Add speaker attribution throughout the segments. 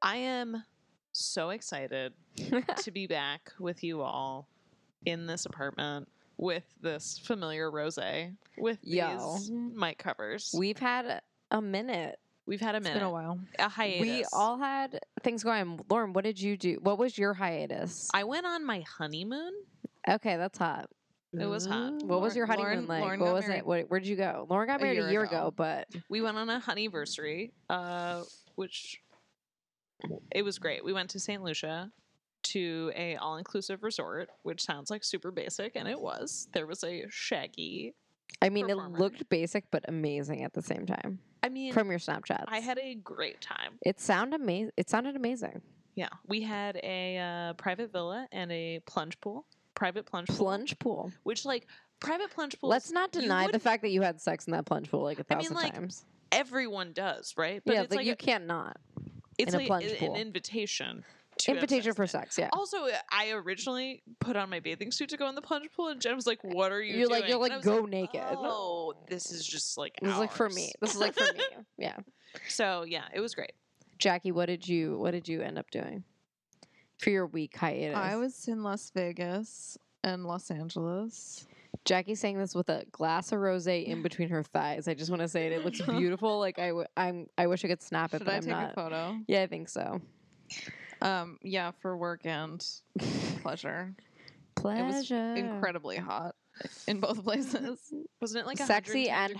Speaker 1: I am so excited to be back with you all in this apartment with this familiar rose with
Speaker 2: Yo.
Speaker 1: these mic covers.
Speaker 2: We've had a minute.
Speaker 1: We, have had a
Speaker 3: It's
Speaker 1: minute,
Speaker 3: been a while.
Speaker 1: a hiatus.
Speaker 2: We all had things going. on. Lauren, what did you do? What was your hiatus?
Speaker 1: I went on my honeymoon.
Speaker 2: okay, that's hot.
Speaker 1: It was hot.
Speaker 2: Mm-hmm. What was your honeymoon
Speaker 3: Lauren-
Speaker 2: like?
Speaker 3: Lauren
Speaker 2: what
Speaker 3: got
Speaker 2: was
Speaker 3: married
Speaker 2: it? What, where'd you go? Lauren got
Speaker 3: a
Speaker 2: married a year,
Speaker 3: year
Speaker 2: ago.
Speaker 3: ago.
Speaker 2: but
Speaker 1: We went on a honeyversary, uh, which it was great. We went to St. Lucia to a all-inclusive resort, which sounds like super basic, and it was. There was a shaggy.
Speaker 2: I mean,
Speaker 1: Performer.
Speaker 2: it looked basic but amazing at the same time.
Speaker 1: I mean,
Speaker 2: From your Snapchat,
Speaker 1: I had a great time.
Speaker 2: it sound amazing. It sounded amazing.
Speaker 1: Yeah, we had a uh, private villa and a plunge pool, private plunge pool,
Speaker 2: Plunge pool.
Speaker 1: which like private plunge pools.
Speaker 2: Let's not
Speaker 1: you
Speaker 2: deny the
Speaker 1: wouldn't-
Speaker 2: fact that you had sex in that plunge pool like a
Speaker 1: I mean,
Speaker 2: thousand
Speaker 1: like,
Speaker 2: times.
Speaker 1: everyone does, right?
Speaker 2: yeah,
Speaker 1: it's
Speaker 2: like,
Speaker 1: like
Speaker 2: you
Speaker 1: a-
Speaker 2: can't not.
Speaker 1: it's
Speaker 2: in a
Speaker 1: like
Speaker 2: plunge
Speaker 1: an-
Speaker 2: pool.
Speaker 1: an invitation. To have
Speaker 2: Invitation
Speaker 1: sex
Speaker 2: for
Speaker 1: there.
Speaker 2: sex. Yeah.
Speaker 1: Also, I originally put on my bathing suit to go in the plunge pool, and Jen was like, "What are you
Speaker 2: You're
Speaker 1: doing?"
Speaker 2: like you're
Speaker 1: And I was
Speaker 2: like go naked.
Speaker 1: Oh, this is just like
Speaker 2: This is like for
Speaker 1: ours."
Speaker 2: me. This is like for me. Yeah.
Speaker 1: So yeah, it was great.
Speaker 2: Jackie, what did you what did you end up doing for your week hiatus?
Speaker 3: I was in Las Vegas and Los Angeles.
Speaker 2: Jackie saying this with a glass of rosé in between her thighs. I just want to say it. It looks beautiful. Like I w- I'm I wish I could snap it,
Speaker 3: Should
Speaker 2: but
Speaker 3: I
Speaker 2: am
Speaker 3: take
Speaker 2: not.
Speaker 3: a photo?
Speaker 2: Yeah, I think so.
Speaker 3: Um, yeah, for work and pleasure.
Speaker 2: Pleasure.
Speaker 3: was Incredibly hot in both places.
Speaker 1: Wasn't it like
Speaker 2: Sexy
Speaker 1: 110
Speaker 2: and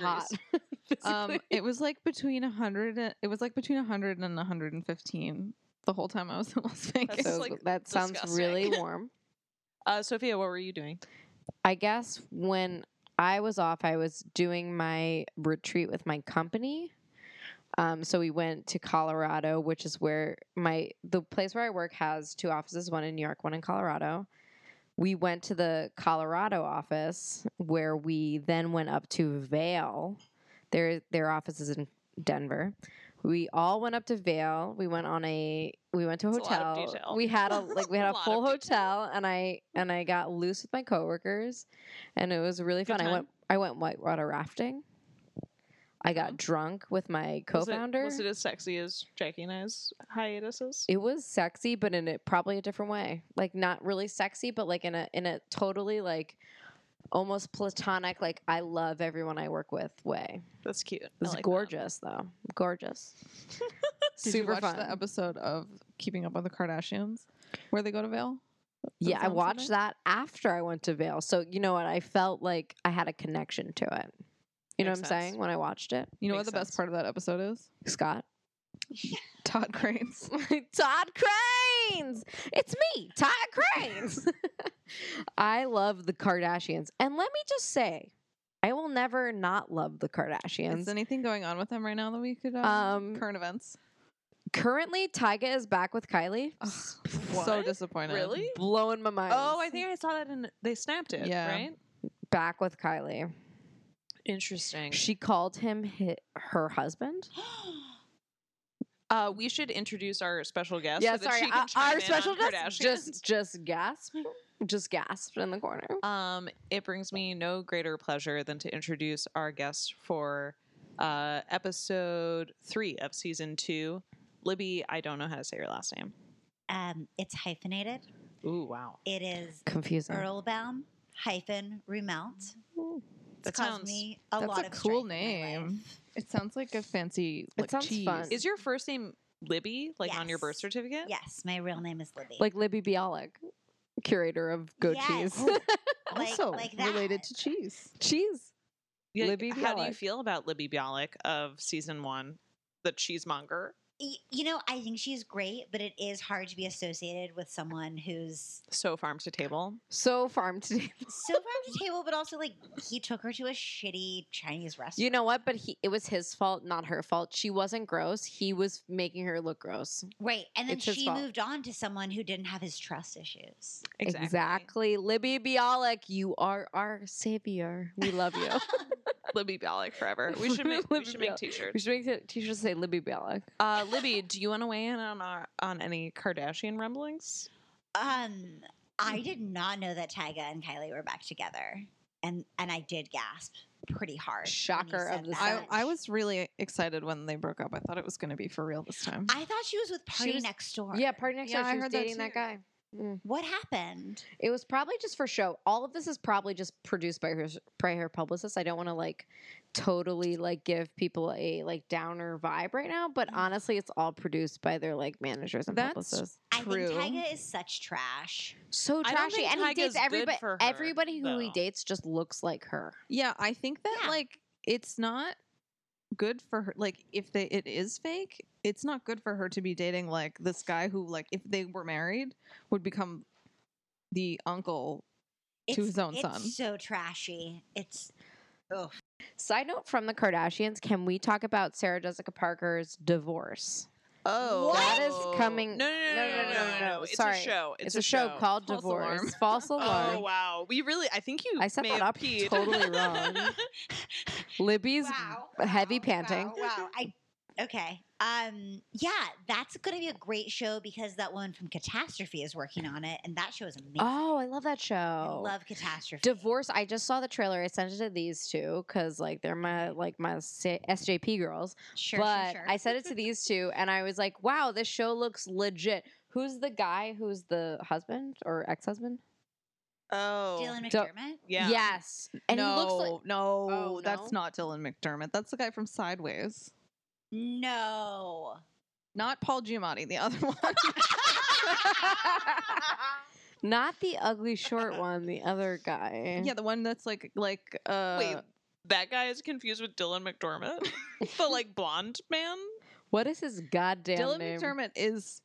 Speaker 1: degrees?
Speaker 2: hot.
Speaker 3: um, it was like between 100 and, it was like between 100 and 115 the whole time I was in Las Vegas.
Speaker 1: That's
Speaker 2: So
Speaker 1: like
Speaker 2: that sounds really
Speaker 1: disgusting.
Speaker 2: warm.
Speaker 1: Uh, Sophia, what were you doing?
Speaker 2: I guess when I was off, I was doing my retreat with my company. Um, so we went to Colorado, which is where my the place where I work has two offices, one in New York, one in Colorado. We went to the Colorado office where we then went up to Vale. Their their office is in Denver. We all went up to Vale. We went on a we went to a
Speaker 1: It's a lot
Speaker 2: hotel.
Speaker 1: of detail.
Speaker 2: We had a like we had a
Speaker 1: Lot of
Speaker 2: full
Speaker 1: detail.
Speaker 2: hotel and I and I got loose with my coworkers and it was really
Speaker 1: Good
Speaker 2: fun. I
Speaker 1: time?
Speaker 2: went I went whitewater rafting. I got
Speaker 1: Mhm.
Speaker 2: drunk with my
Speaker 1: Was it-
Speaker 2: co-founder.
Speaker 1: Was it, as sexy as Jackie and I's hiatuses?
Speaker 2: It was sexy, but in a probably a different way. Like not really sexy, but like in a in a totally like almost platonic, like I love everyone I work with way.
Speaker 1: That's cute. I
Speaker 2: It was
Speaker 1: like that.
Speaker 2: gorgeous though. Gorgeous.
Speaker 3: Did
Speaker 2: Super
Speaker 3: you watch
Speaker 2: fun.
Speaker 3: the episode of Keeping Up with the Kardashians where they go to Vail?
Speaker 2: yeah, I
Speaker 3: sounds
Speaker 2: watched
Speaker 3: nice.
Speaker 2: that after I went to Vale. So you know what? I felt like I had a connection to it. You know
Speaker 1: Makes
Speaker 2: what I'm
Speaker 1: sense.
Speaker 2: saying? When I watched it.
Speaker 3: You know
Speaker 1: Makes
Speaker 3: what the
Speaker 1: sense.
Speaker 3: best part of that episode is?
Speaker 2: Scott.
Speaker 3: Todd Cranes.
Speaker 2: Todd Cranes. It's me, Todd Cranes. I love the Kardashians. And let me just say, I will never not love the Kardashians.
Speaker 3: Is anything going on with them right now that we could um,
Speaker 2: Um,
Speaker 3: current events?
Speaker 2: Currently, Tyga is back with Kylie.
Speaker 3: Ugh, So
Speaker 1: What?
Speaker 3: disappointed.
Speaker 1: Really?
Speaker 2: Blowing my mind.
Speaker 1: Oh, I think I saw that in. They snapped it.
Speaker 3: Yeah.
Speaker 1: Right.
Speaker 2: back with Kylie.
Speaker 1: Interesting.
Speaker 2: She called him hi- her husband.
Speaker 1: Uh, we should introduce our special guest.
Speaker 2: yeah,
Speaker 1: so that
Speaker 2: sorry.
Speaker 1: she can
Speaker 2: uh,
Speaker 1: chime
Speaker 2: our
Speaker 1: in
Speaker 2: special
Speaker 1: on
Speaker 2: guest
Speaker 1: Kardashians.
Speaker 2: just just gasped, just gasped in the corner.
Speaker 1: Um, it brings me no greater pleasure than to introduce our guest for uh, episode three of season two, Libby. I don't know how to say your last name.
Speaker 4: Um, it's hyphenated.
Speaker 1: Ooh, wow.
Speaker 4: It is
Speaker 2: Confusing.
Speaker 4: Erlbaum hyphen Remount. It's
Speaker 1: That
Speaker 4: caused
Speaker 1: sounds-
Speaker 4: me a
Speaker 3: that's
Speaker 4: lot
Speaker 3: a
Speaker 4: of
Speaker 3: cool
Speaker 4: strife in my
Speaker 3: name.
Speaker 4: life.
Speaker 3: It sounds like a fancy
Speaker 2: It
Speaker 3: like
Speaker 2: sounds
Speaker 3: cheese.
Speaker 2: fun.
Speaker 1: Is your first name Libby, like on your birth
Speaker 4: Yes.
Speaker 1: certificate?
Speaker 4: Yes, my real name is Libby.
Speaker 2: like Libby Bialik, curator of Go
Speaker 4: Yes.
Speaker 2: Cheese.
Speaker 3: Oh.
Speaker 4: like,
Speaker 3: also
Speaker 4: like that.
Speaker 3: related to cheese.
Speaker 2: cheese.
Speaker 1: Yeah,
Speaker 2: Libby
Speaker 1: How do you
Speaker 2: Bialik.
Speaker 1: feel about Libby Bialik of season one, the cheesemonger?
Speaker 4: Y- you know, I think she's great, but it is hard to be associated with someone who's
Speaker 1: So farm to table.
Speaker 2: So farm to table.
Speaker 4: so farm to table, but also like he took her to a shitty Chinese restaurant.
Speaker 2: You know what? But he, it was his fault, not her fault. She wasn't gross. He was making her look gross.
Speaker 4: right? And then
Speaker 2: It's his
Speaker 4: she
Speaker 2: fault.
Speaker 4: moved on to someone who didn't have his trust issues.
Speaker 2: Exactly. Libby Bialik, you are our savior. We love you.
Speaker 1: Libby Bialik forever. We should make, we
Speaker 2: Libby
Speaker 1: should make
Speaker 2: Bialik.
Speaker 1: t-shirts.
Speaker 2: we should make t- t-shirts that say Libby Bialik.
Speaker 1: Uh, Libby, do you want to weigh in on our, on any Kardashian rumblings?
Speaker 4: Um, I did not know that Tyga and Kylie were back together, and and I did gasp pretty hard. when he
Speaker 2: Shocker of
Speaker 4: said
Speaker 2: the
Speaker 4: that.
Speaker 3: I,
Speaker 2: French.
Speaker 3: I was really excited when they broke up. I thought it was going to be for real this time.
Speaker 4: I thought she was with Party
Speaker 2: was-
Speaker 4: Next Door.
Speaker 2: Yeah, party next
Speaker 3: Yeah,
Speaker 2: door.
Speaker 3: I
Speaker 2: She was
Speaker 3: heard that
Speaker 2: dating that,
Speaker 3: too.
Speaker 2: guy.
Speaker 4: What happened?
Speaker 2: It was probably just for show. All of this is probably just produced by her by her publicist. I don't want to like totally like give people a like downer vibe right now, but honestly, it's all produced by their like managers and publicists.
Speaker 3: That's
Speaker 4: I
Speaker 3: true.
Speaker 4: think Tyga is such trash.
Speaker 2: So
Speaker 1: I don't
Speaker 2: trashy,
Speaker 1: think
Speaker 2: and he
Speaker 1: Tyga's
Speaker 2: dates
Speaker 1: good
Speaker 2: everybody.
Speaker 1: for her,
Speaker 2: everybody who he
Speaker 1: though.
Speaker 2: dates just looks like her.
Speaker 3: Yeah, I think that
Speaker 4: Yeah.
Speaker 3: like it's not good for her. Like if they it is fake, it's not good for her to be dating like this guy who like if they were married would become the uncle. To his own
Speaker 4: it's
Speaker 3: son.
Speaker 4: so trashy. It's
Speaker 2: Side note from the Kardashians: Can we talk about Sarah Jessica Parker's divorce?
Speaker 1: Oh,
Speaker 4: What?
Speaker 2: That is coming-
Speaker 1: No, no, no, no, no, no, no. no. It's
Speaker 2: Sorry.
Speaker 1: a show. It's,
Speaker 2: a, show, called
Speaker 3: False
Speaker 2: Divorce.
Speaker 3: Alarm.
Speaker 2: False alarm.
Speaker 1: Oh wow, we really. I think you.
Speaker 2: I set
Speaker 1: may
Speaker 2: that
Speaker 1: have
Speaker 2: up
Speaker 1: peed.
Speaker 2: totally wrong. Libby's
Speaker 4: wow,
Speaker 2: heavy
Speaker 4: wow,
Speaker 2: panting.
Speaker 4: Wow, wow. I okay. Um, yeah, that's going to be a great show because that woman from Catastrophe is working on it, and that show is amazing.
Speaker 2: Oh, I love that show.
Speaker 4: I love Catastrophe.
Speaker 2: Divorce. I just saw the trailer. I sent it to these two because like they're my like my sa- SJP girls.
Speaker 4: Sure,
Speaker 2: but
Speaker 4: sure, sure.
Speaker 2: I sent it to these two, and I was like, "Wow, this show looks legit." Who's the guy? Who's the husband or ex-husband?
Speaker 1: Oh,
Speaker 4: Dylan
Speaker 2: Don't-
Speaker 4: McDermott.
Speaker 1: yeah.
Speaker 2: Yes, and
Speaker 3: no,
Speaker 2: he looks like
Speaker 3: no,
Speaker 2: Oh,
Speaker 3: that's
Speaker 2: no?
Speaker 3: not Dylan McDermott. That's the guy from Sideways.
Speaker 4: No.
Speaker 3: Not Paul Giamatti, the other one.
Speaker 2: not the ugly short one. The other guy.
Speaker 3: yeah, the one that's like like uh
Speaker 1: Wait, that guy is confused with Dylan McDermott, the like blonde man.
Speaker 2: What is his goddamn
Speaker 3: Dylan
Speaker 2: name?
Speaker 3: McDermott is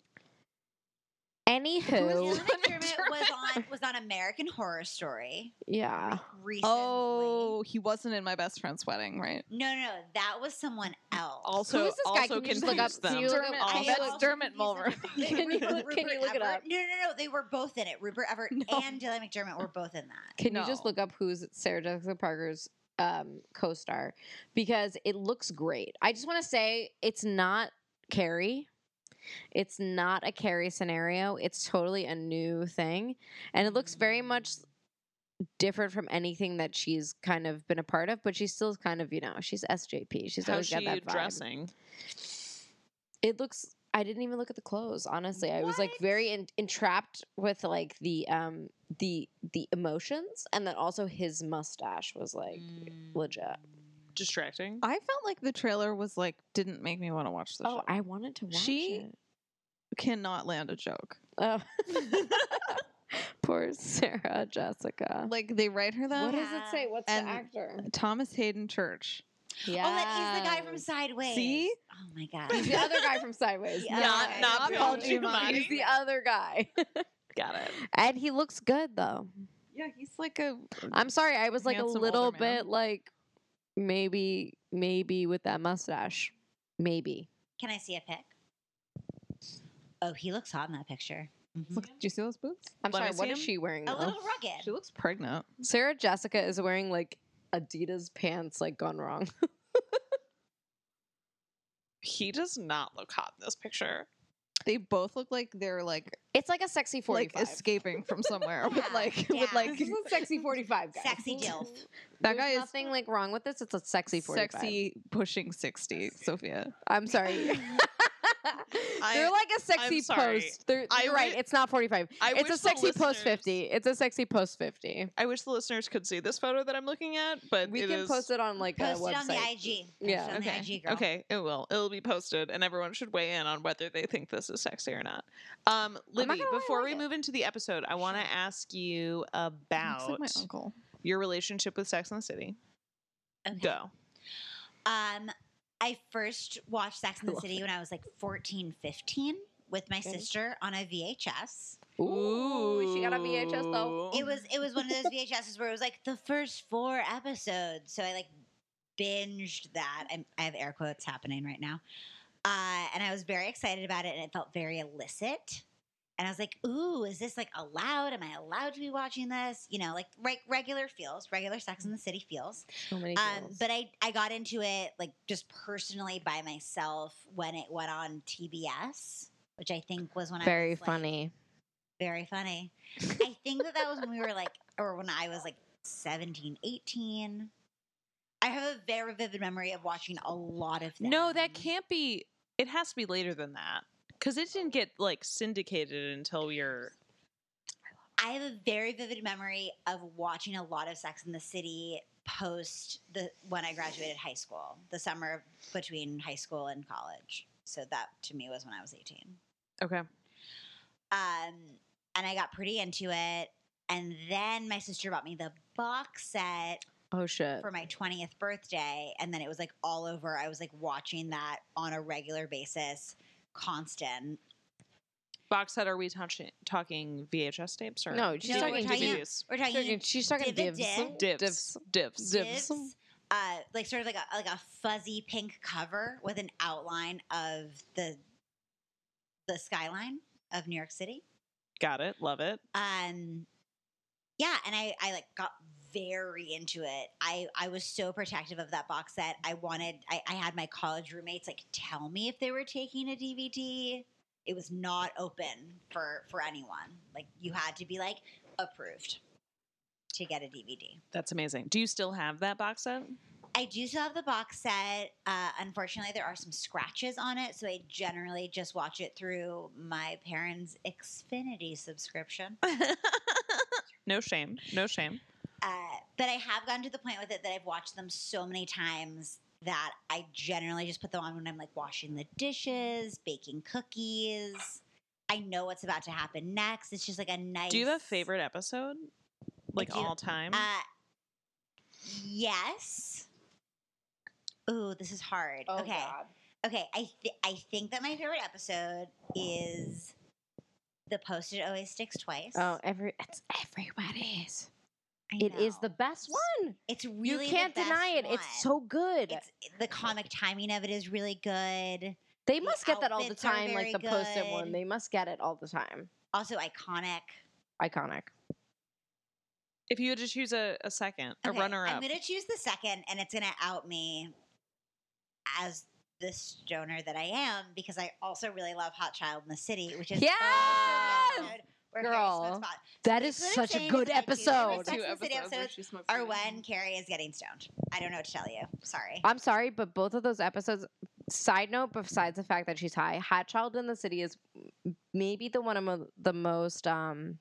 Speaker 2: Anywho,
Speaker 4: Dylan McDermott was on was on American Horror Story
Speaker 2: yeah.
Speaker 4: recently.
Speaker 3: Oh, he wasn't in my best friend's wedding, right?
Speaker 4: No, no, no, that was someone else.
Speaker 1: Also,
Speaker 2: is this guy?
Speaker 1: also
Speaker 2: Can you just look up-
Speaker 1: confused
Speaker 2: can
Speaker 1: them.
Speaker 2: you look up
Speaker 4: I
Speaker 1: Also-
Speaker 2: all
Speaker 4: am
Speaker 2: that's
Speaker 4: also
Speaker 3: Dermot
Speaker 4: confused
Speaker 3: Mulver.
Speaker 4: about the-
Speaker 2: Can you look- can
Speaker 4: Rupert
Speaker 2: you look it
Speaker 4: Everett?
Speaker 2: up?
Speaker 4: No, no, no. They were both in it. Rupert Everett
Speaker 3: No.
Speaker 4: and Dylan McDermott were both in that.
Speaker 2: Can you just
Speaker 3: No.
Speaker 2: look up who's Sarah Jessica Parker's um, co-star? Because it looks great. I just want to say it's not Carrie. It's not a Carrie scenario. It's totally a new thing, and it looks very
Speaker 1: Mm.
Speaker 2: much different from anything that she's kind of been a part of. But she's still kind of you know she's SJP. She's
Speaker 1: How's
Speaker 2: always got
Speaker 1: she
Speaker 2: that vibe.
Speaker 1: dressing?
Speaker 2: It looks. I didn't even look at the clothes. Honestly, I was like
Speaker 4: What?
Speaker 2: very en- entrapped with like the um the the emotions, and then also his mustache was like legit.
Speaker 1: Distracting.
Speaker 3: I felt like the trailer was like didn't make me want to watch the
Speaker 2: Oh,
Speaker 3: show.
Speaker 2: I wanted to watch
Speaker 3: She-
Speaker 2: it.
Speaker 3: cannot land a joke.
Speaker 2: Oh. Poor Sarah Jessica.
Speaker 3: Like they write her that
Speaker 2: What does it say? What's
Speaker 3: And-
Speaker 2: the actor?
Speaker 3: Thomas Hayden Church.
Speaker 2: Yeah.
Speaker 4: Oh, that is the guy from Sideways.
Speaker 3: See?
Speaker 4: Oh my god.
Speaker 2: He's the other guy from Sideways.
Speaker 4: The
Speaker 1: Not-
Speaker 4: other
Speaker 1: not
Speaker 4: guy.
Speaker 3: Paul
Speaker 4: Yeah.
Speaker 3: Giamatti.
Speaker 2: He's the other guy,
Speaker 1: Got it.
Speaker 2: and he looks good though.
Speaker 3: Yeah, he's like a
Speaker 2: I'm sorry, I was like a
Speaker 3: Handsome
Speaker 2: little
Speaker 3: older man.
Speaker 2: bit like maybe maybe with that mustache. Maybe.
Speaker 4: Can I see a pic? Oh, he looks hot in that picture. Mhm.
Speaker 3: Look, do you see those boots?
Speaker 2: I'm
Speaker 1: Let me
Speaker 2: sorry, what
Speaker 1: see
Speaker 2: is
Speaker 1: him.
Speaker 2: she wearing
Speaker 4: A
Speaker 2: though?
Speaker 4: little rugged.
Speaker 3: She looks pregnant.
Speaker 2: Sarah Jessica is wearing like Adidas pants like gone wrong.
Speaker 1: He does not look hot in this picture.
Speaker 3: They both look like they're like
Speaker 2: It's like a sexy 45.
Speaker 3: like escaping from somewhere with
Speaker 4: Yeah,
Speaker 3: like
Speaker 4: yeah.
Speaker 3: with like
Speaker 2: this is a sexy 45 guy.
Speaker 4: Sexy DILF.
Speaker 3: That
Speaker 2: There's
Speaker 3: guy is-
Speaker 2: nothing like wrong with this. It's a sexy 45.
Speaker 3: sexy pushing 60, Sophia.
Speaker 2: I'm sorry. They're like a sexy
Speaker 1: sorry.
Speaker 2: post. They're,
Speaker 1: I
Speaker 2: you're right.
Speaker 1: wi-
Speaker 2: It's not 45.
Speaker 1: I
Speaker 2: it's
Speaker 1: wish
Speaker 2: a
Speaker 1: the
Speaker 2: sexy post
Speaker 1: listeners-
Speaker 2: 50. It's a sexy post 50.
Speaker 1: I wish the listeners could see this photo that I'm looking at, but
Speaker 2: We
Speaker 1: it
Speaker 2: can
Speaker 1: is-
Speaker 2: post it on like a
Speaker 4: Posted
Speaker 2: website.
Speaker 4: on the IG. Post
Speaker 2: Yeah.
Speaker 4: it on the
Speaker 1: Okay.
Speaker 4: IG girl.
Speaker 1: Okay, it will. It'll be posted, and everyone should weigh in on whether they think this is sexy or not. Um,
Speaker 2: not
Speaker 1: Libby,
Speaker 2: gonna lie, I
Speaker 1: before
Speaker 2: like
Speaker 1: we
Speaker 2: it.
Speaker 1: move into the episode, I want to
Speaker 4: Sure.
Speaker 1: ask you
Speaker 3: Looks like
Speaker 1: about
Speaker 3: my uncle.
Speaker 1: your relationship with Sex and the City.
Speaker 4: Okay.
Speaker 1: Go.
Speaker 4: Um, I first watched Sex
Speaker 2: I
Speaker 4: in the
Speaker 2: love
Speaker 4: City when I was like 14, 15 with my
Speaker 2: Okay.
Speaker 4: sister on a VHS.
Speaker 2: Ooh, she got a VHS though.
Speaker 1: Ooh.
Speaker 4: It was it was one of those VHSs where it was like the first four episodes. So I like binged that. i I have air quotes happening right now, uh, and I was very excited about it, and it felt very illicit. And I was like, "Ooh, is this like allowed? Am I allowed to be watching this? You know, like reg- regular feels, regular Sex in the City feels."
Speaker 2: So many
Speaker 4: Um, but I, I got into it like just personally by myself when it went on TBS, which I think was when I
Speaker 2: very
Speaker 4: was, like,
Speaker 2: funny.
Speaker 4: very funny. I think that that was when we were like, or when I was like 17, 18. I have a very vivid memory of watching a lot of them.
Speaker 1: No, that can't be. It has to be later than that because it didn't get like syndicated until you're.
Speaker 4: I have a very vivid memory of watching a lot of Sex in the City post the when I graduated high school, the summer between high school and college. So that to me was when I was 18.
Speaker 1: Okay.
Speaker 4: Um, and I got pretty into it. And then my sister bought me the box set
Speaker 2: Oh shit.
Speaker 4: for my 20th birthday. And then it was like all over. I was like watching that on a regular basis, constant.
Speaker 1: Box set, are we touching, talking VHS tapes or?
Speaker 2: No, she's
Speaker 4: No,
Speaker 2: talking
Speaker 4: we're talking-
Speaker 2: divs.
Speaker 4: We're talking
Speaker 2: Talking- She's talking divs.
Speaker 4: Dividend.
Speaker 1: Divs.
Speaker 2: Divs.
Speaker 1: Divs.
Speaker 2: Divs.
Speaker 4: divs, uh, like sort of like a like a fuzzy pink cover with an outline of the the skyline of New York City.
Speaker 1: Got it. Love it.
Speaker 4: Um, yeah, and I I like got very into it. I I was so protective of that box set. I wanted I, I had my college roommates like tell me if they were taking a DVD. It was not open for for anyone. Like you had to be like approved to get a DVD.
Speaker 1: That's amazing. Do you still have that box set?
Speaker 4: I do still have the box set. Uh, unfortunately, there are some scratches on it, so I generally just watch it through my parents' Xfinity subscription.
Speaker 1: No shame. No shame.
Speaker 4: Uh, but I have gotten to the point with it that I've watched them so many times that I generally just put them on when I'm like washing the dishes, baking cookies. I know what's about to happen next. It's just like a nice.
Speaker 1: Do you have a favorite episode? Like
Speaker 4: do.
Speaker 1: all time?
Speaker 4: Uh, yes. Ooh, this is hard.
Speaker 2: Oh,
Speaker 4: okay. Okay, I th- I think that my favorite episode is the post it always sticks twice.
Speaker 2: Oh, every it's everybody's.
Speaker 4: I
Speaker 2: It is the
Speaker 4: know.
Speaker 2: best one.
Speaker 4: It's really
Speaker 2: you can't
Speaker 4: the best
Speaker 2: deny it.
Speaker 4: One.
Speaker 2: It's so good.
Speaker 4: It's the comic timing of it is really good.
Speaker 2: they
Speaker 4: the
Speaker 2: must get that all the
Speaker 4: outfits are
Speaker 2: time, like
Speaker 4: very
Speaker 2: the post-it one.
Speaker 4: good.
Speaker 2: They must get it all the time.
Speaker 4: Also iconic.
Speaker 2: Iconic.
Speaker 1: if you had to choose a, a second, a
Speaker 4: Okay,
Speaker 1: runner
Speaker 4: I'm
Speaker 1: up.
Speaker 4: gonna choose the second, and it's gonna out me as the stoner that I am because I also really love Hot Child in the City, which is also the
Speaker 2: Yes!
Speaker 4: episode where
Speaker 2: Girl.
Speaker 4: Harry smokes pot.
Speaker 2: That
Speaker 4: this
Speaker 2: is
Speaker 4: is what I'm
Speaker 2: such a
Speaker 4: saying,
Speaker 2: good
Speaker 4: it's like two different
Speaker 2: episode.
Speaker 4: Sex and the City
Speaker 1: where
Speaker 4: episodes
Speaker 1: she smokes
Speaker 4: Or
Speaker 1: weed.
Speaker 4: when Carrie is getting stoned. I don't know what to tell you. Sorry.
Speaker 2: I'm sorry, but both of those episodes. Side note, besides the fact that she's high, Hot Child in the City is maybe the one of mo- the most um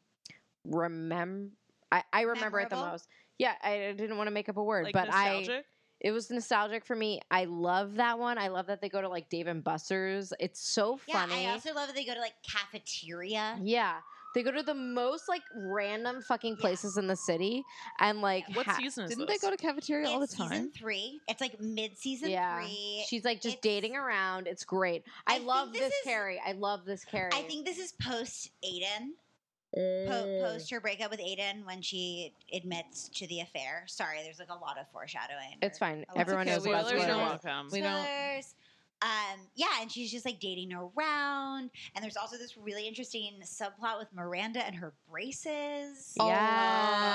Speaker 2: remember. I, I remember it the
Speaker 4: Memorable?
Speaker 2: most. Yeah, I I didn't want to make up a word,
Speaker 1: Like
Speaker 2: but I
Speaker 1: nostalgic?
Speaker 2: it was nostalgic for me. I love that one. I love that they go to like Dave and Buster's. It's so
Speaker 4: Yeah,
Speaker 2: funny.
Speaker 4: I also love that they go to like cafeteria.
Speaker 2: yeah. They go to the most like random fucking
Speaker 4: Yeah.
Speaker 2: places in the city and like
Speaker 1: What
Speaker 2: ha-
Speaker 1: season is
Speaker 3: Didn't they
Speaker 1: this?
Speaker 3: go to cafeteria all the
Speaker 4: It's season
Speaker 3: time?
Speaker 4: three. It's like mid season
Speaker 2: Yeah.
Speaker 4: three.
Speaker 2: She's like just
Speaker 4: It's-
Speaker 2: dating around. It's great. I,
Speaker 4: I think
Speaker 2: love
Speaker 4: this
Speaker 2: this,
Speaker 4: is-
Speaker 2: Carrie. I love this Carrie.
Speaker 4: I think this is post Aiden.
Speaker 3: Uh,
Speaker 4: Po- post her breakup with Aiden when she admits to the affair. Sorry, there's like a lot of foreshadowing.
Speaker 2: it's fine.
Speaker 4: It's
Speaker 2: Everyone
Speaker 4: okay,
Speaker 2: knows
Speaker 1: we
Speaker 2: about
Speaker 1: are
Speaker 3: spoilers.
Speaker 2: spoilers.
Speaker 1: welcome.
Speaker 3: We don't-
Speaker 4: Spoilers. Um, yeah, and she's just like dating around, and there's also this really interesting subplot with Miranda and her braces.
Speaker 2: Yes.
Speaker 3: Oh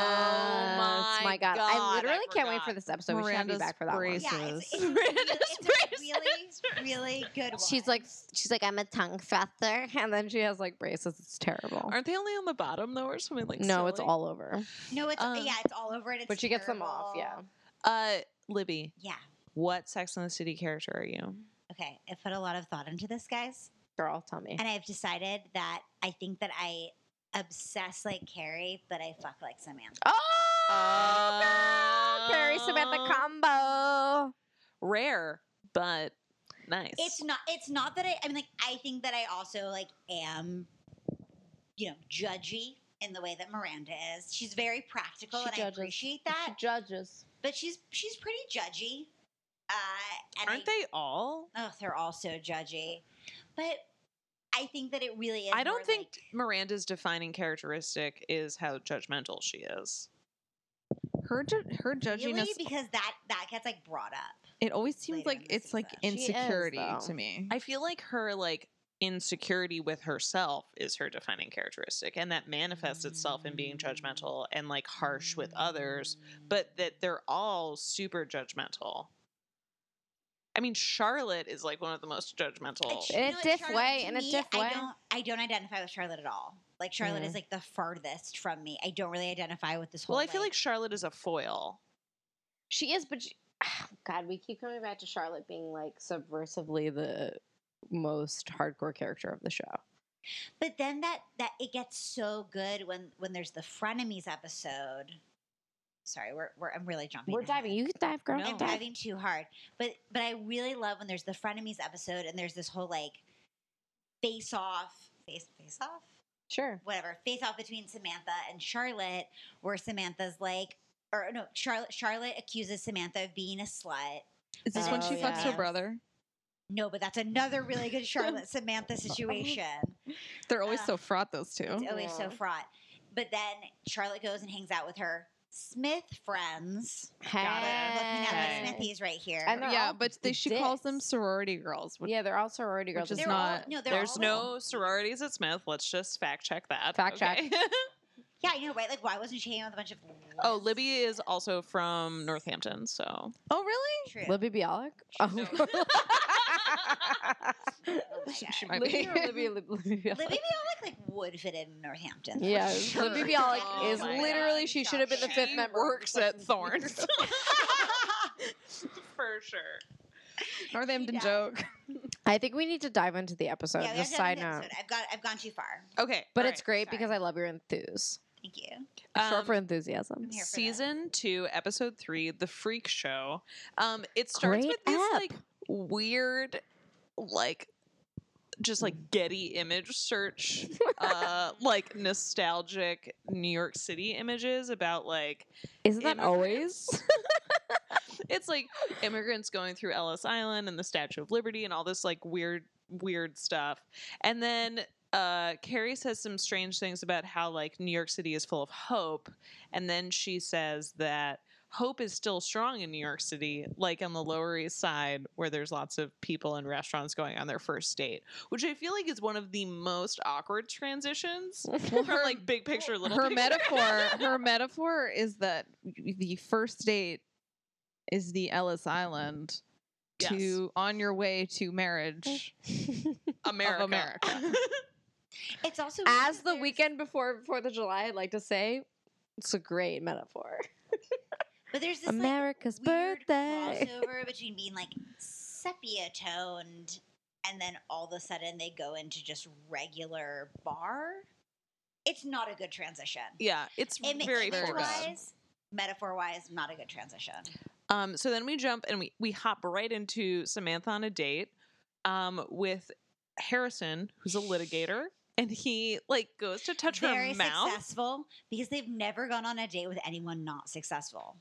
Speaker 1: my
Speaker 2: my god.
Speaker 1: God,
Speaker 2: I
Speaker 1: I
Speaker 2: literally can't wait
Speaker 1: forgot.
Speaker 2: for this episode. we should have you
Speaker 3: Miranda's
Speaker 2: back for that one.
Speaker 3: braces.
Speaker 4: yeah, it's, it's, a really-
Speaker 1: Miranda's
Speaker 4: it's a really, really good one.
Speaker 2: She's like she's like I'm a tongue feather and then she has like braces. It's terrible.
Speaker 1: Aren't they only on the bottom though, or something like?
Speaker 2: no, it's
Speaker 1: silly?
Speaker 2: all over.
Speaker 4: no, it's
Speaker 1: um,
Speaker 4: yeah, it's all over, and it's
Speaker 2: But she gets them off, yeah.
Speaker 4: terrible.
Speaker 1: Uh, Libby,
Speaker 4: yeah.
Speaker 1: what Sex and the City character are you?
Speaker 4: Okay, I put a lot of thought into this, guys,
Speaker 2: Girl, tell me.
Speaker 4: and I've decided that I think that I obsess like Carrie, but I fuck like Samantha.
Speaker 2: Oh, girl, Carrie Samantha
Speaker 1: Um,
Speaker 2: combo.
Speaker 1: Rare, but nice.
Speaker 4: It's not. It's not that I. I mean, like, I think that I also like am, you know, judgy in the way that Miranda is. She's very practical,
Speaker 2: She
Speaker 4: and I
Speaker 2: judges.
Speaker 4: appreciate that.
Speaker 2: judges.
Speaker 4: But she's she's pretty judgy. Uh, and
Speaker 1: Aren't
Speaker 4: I,
Speaker 1: they all?
Speaker 4: Oh, they're all so judgy. But I think that it really is.
Speaker 1: I
Speaker 4: more
Speaker 1: don't think
Speaker 4: like-
Speaker 1: Miranda's defining characteristic is how judgmental she is.
Speaker 3: Her ju- her judginess.
Speaker 4: really because that that gets like brought up.
Speaker 3: It always seems
Speaker 4: later
Speaker 3: like
Speaker 4: in the
Speaker 3: it's like
Speaker 4: season.
Speaker 2: She is,
Speaker 3: insecurity
Speaker 2: though.
Speaker 3: to me.
Speaker 1: I feel like her like insecurity with herself is her defining characteristic and that manifests itself in being judgmental and like harsh with others, but that they're all super judgmental. I mean, Charlotte is like one of the most judgmental.
Speaker 2: In
Speaker 4: And
Speaker 2: a
Speaker 4: you know what,
Speaker 2: diff
Speaker 4: Charlotte,
Speaker 2: way,
Speaker 4: to
Speaker 2: in a
Speaker 4: me,
Speaker 2: diff way. Mm.
Speaker 4: I don't. I don't identify with Charlotte at all. Like Charlotte is like the farthest from me. I don't really identify with this whole.
Speaker 1: Well, I feel like Charlotte is a foil.
Speaker 2: She is, but she, God, we keep coming back to Charlotte being like subversively the most hardcore character of the show.
Speaker 4: But then that that it gets so good when when there's the frenemies episode. Sorry, we're, we're I'm really jumping.
Speaker 2: We're
Speaker 4: ahead.
Speaker 2: diving. You can dive, girl.
Speaker 1: No.
Speaker 4: I'm
Speaker 1: Oh.
Speaker 2: dive.
Speaker 4: diving too hard. But but I really love when there's the frenemies episode and there's this whole like face off, face face off,
Speaker 2: Sure.
Speaker 4: whatever, face off between Samantha and Charlotte, where Samantha's like, or no, Charlotte Charlotte accuses Samantha of being a slut.
Speaker 3: Is this when
Speaker 2: Oh,
Speaker 3: she fucks
Speaker 2: yeah.
Speaker 3: her brother?
Speaker 4: No, but that's another really good Charlotte Samantha situation.
Speaker 3: They're always
Speaker 4: Ah.
Speaker 3: so fraught, those two.
Speaker 4: It's always so
Speaker 2: Yeah.
Speaker 4: fraught. But then Charlotte goes and hangs out with her Smith friends.
Speaker 3: Got it.
Speaker 4: Looking at
Speaker 2: Hey.
Speaker 4: my Smithies right here.
Speaker 2: And they're
Speaker 3: Yeah,
Speaker 2: all
Speaker 3: but they, she calls them
Speaker 2: dicks.
Speaker 3: sorority girls. Which,
Speaker 2: Yeah, they're all sorority
Speaker 3: Which
Speaker 2: girls.
Speaker 3: is
Speaker 2: It's
Speaker 4: They're
Speaker 3: not-
Speaker 4: all, no, they're
Speaker 1: There's
Speaker 4: all-
Speaker 1: no sororities at Smith. Let's just fact check that.
Speaker 2: Fact check.
Speaker 4: Yeah, I know, right? Like, why wasn't she hanging out with a bunch of?
Speaker 1: oh, Libby is also from Northampton, so
Speaker 3: Oh, really?
Speaker 4: True.
Speaker 2: Libby Bialik.
Speaker 1: No.
Speaker 2: Oh,
Speaker 4: Oh my God.
Speaker 1: she might
Speaker 2: Libby
Speaker 1: be.
Speaker 2: or Libby, Lib- Libby Bialik.
Speaker 4: Libby Bialik like would fit in Northampton. for
Speaker 2: Yeah,
Speaker 4: sure.
Speaker 2: Libby Bialik
Speaker 1: Oh
Speaker 2: is
Speaker 1: my
Speaker 2: literally
Speaker 4: God.
Speaker 2: she should have been the
Speaker 4: She
Speaker 2: fifth member. of
Speaker 1: works
Speaker 2: the
Speaker 1: at
Speaker 2: fucking-
Speaker 1: Thorns. For sure.
Speaker 3: Northampton
Speaker 4: does.
Speaker 3: joke.
Speaker 2: I think we need to dive into the episode.
Speaker 4: yeah, we have
Speaker 2: just
Speaker 4: to
Speaker 2: side
Speaker 4: have an
Speaker 2: note,
Speaker 4: episode. I've got I've gone too far.
Speaker 1: Okay.
Speaker 2: but
Speaker 1: all
Speaker 2: it's
Speaker 1: right.
Speaker 2: great
Speaker 4: sorry.
Speaker 2: because I love your enthuse.
Speaker 4: Thank you.
Speaker 2: Short
Speaker 1: Um,
Speaker 2: for enthusiasm.
Speaker 4: here for that.
Speaker 1: season two, episode three, the Freak Show. Um, it starts
Speaker 2: Great
Speaker 1: with this
Speaker 2: app.
Speaker 1: like weird, like just like Getty image search, uh, like nostalgic New York City images about like
Speaker 2: Isn't that always?
Speaker 1: immigrants. it's like immigrants going through Ellis Island and the Statue of Liberty and all this like weird, weird stuff. And then uh, Carrie says some strange things about how like New York City is full of hope. And then she says that hope is still strong in New York City, like on the Lower East Side, where there's lots of people and restaurants going on their first date, which I feel like is one of the most awkward transitions. from like big picture, little
Speaker 3: her
Speaker 1: picture.
Speaker 3: metaphor her metaphor is that the first date is the ellis island
Speaker 1: Yes.
Speaker 3: to on your way to marriage
Speaker 1: America.
Speaker 3: America.
Speaker 4: It's also weird
Speaker 2: As the
Speaker 4: that there's-
Speaker 2: weekend before Fourth of July, I'd like to say, it's a great metaphor.
Speaker 4: but there's this
Speaker 2: America's
Speaker 4: like, weird
Speaker 2: birthday.
Speaker 4: crossover between being like sepia toned and then all of a sudden they go into just regular bar. It's not a good transition.
Speaker 1: yeah, it's very
Speaker 4: image
Speaker 1: forced.
Speaker 4: wise, metaphor wise, not a good transition.
Speaker 1: Um, so then we jump and we we hop right into Samantha on a date um, with Harrison, who's a litigator, and he like goes to touch
Speaker 4: Very
Speaker 1: her mouth.
Speaker 4: successful because they've never gone on a date with anyone not successful.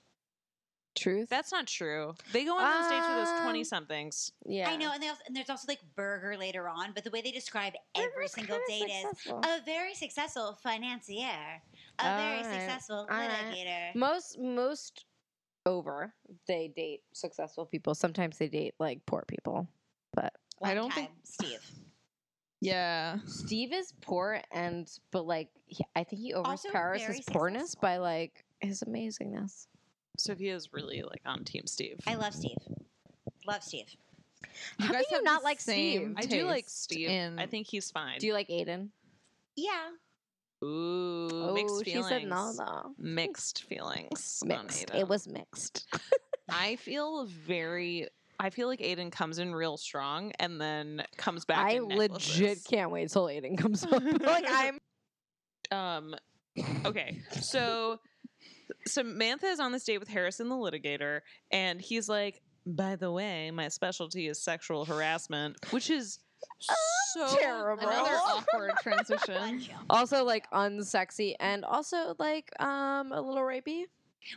Speaker 2: Truth.
Speaker 1: That's not true. They go on those dates with those
Speaker 2: Um,
Speaker 1: twenty somethings.
Speaker 2: yeah.
Speaker 4: I know, and, they also, and there's also like burger later on, but the way they describe
Speaker 2: They're
Speaker 4: every single
Speaker 2: kinda
Speaker 4: date is
Speaker 2: successful.
Speaker 4: a very successful financier, a very
Speaker 2: All right.
Speaker 4: successful
Speaker 2: right.
Speaker 4: litigator.
Speaker 2: most most over they date successful people. Sometimes they date like poor people, but
Speaker 4: One
Speaker 3: I don't
Speaker 4: time,
Speaker 3: think-
Speaker 4: Steve.
Speaker 3: yeah
Speaker 2: Steve is poor and but like he, I think he
Speaker 4: Also
Speaker 2: overpowers
Speaker 4: very
Speaker 2: his poorness
Speaker 4: successful.
Speaker 2: by like his amazingness.
Speaker 1: Sophia is really like on Team Steve.
Speaker 4: I love Steve. Love Steve.
Speaker 3: you
Speaker 2: How
Speaker 3: guys
Speaker 2: can you
Speaker 3: have
Speaker 2: not
Speaker 3: the
Speaker 2: like Steve?
Speaker 3: same
Speaker 1: I do like
Speaker 3: taste
Speaker 1: Steve.
Speaker 3: in-
Speaker 1: I think he's fine.
Speaker 2: Do you like Aiden?
Speaker 4: Yeah.
Speaker 1: Ooh, mixed
Speaker 2: Oh, she
Speaker 1: feelings.
Speaker 2: said no though.
Speaker 1: Mixed feelings. on
Speaker 2: Mixed.
Speaker 1: Aiden.
Speaker 2: It was mixed.
Speaker 1: I feel very. I feel like Aiden comes in real strong and then comes back.
Speaker 2: I
Speaker 1: in necklaces.
Speaker 2: legit can't wait till Aiden comes up. like I'm
Speaker 1: Um, okay, so Samantha is on this date with Harrison, the litigator, and he's like, "By the way, my specialty is sexual harassment, which is so
Speaker 2: terrible.
Speaker 1: Another
Speaker 3: another awkward
Speaker 4: Fun
Speaker 3: transition
Speaker 4: show.
Speaker 2: also like unsexy and also like um a little rapey.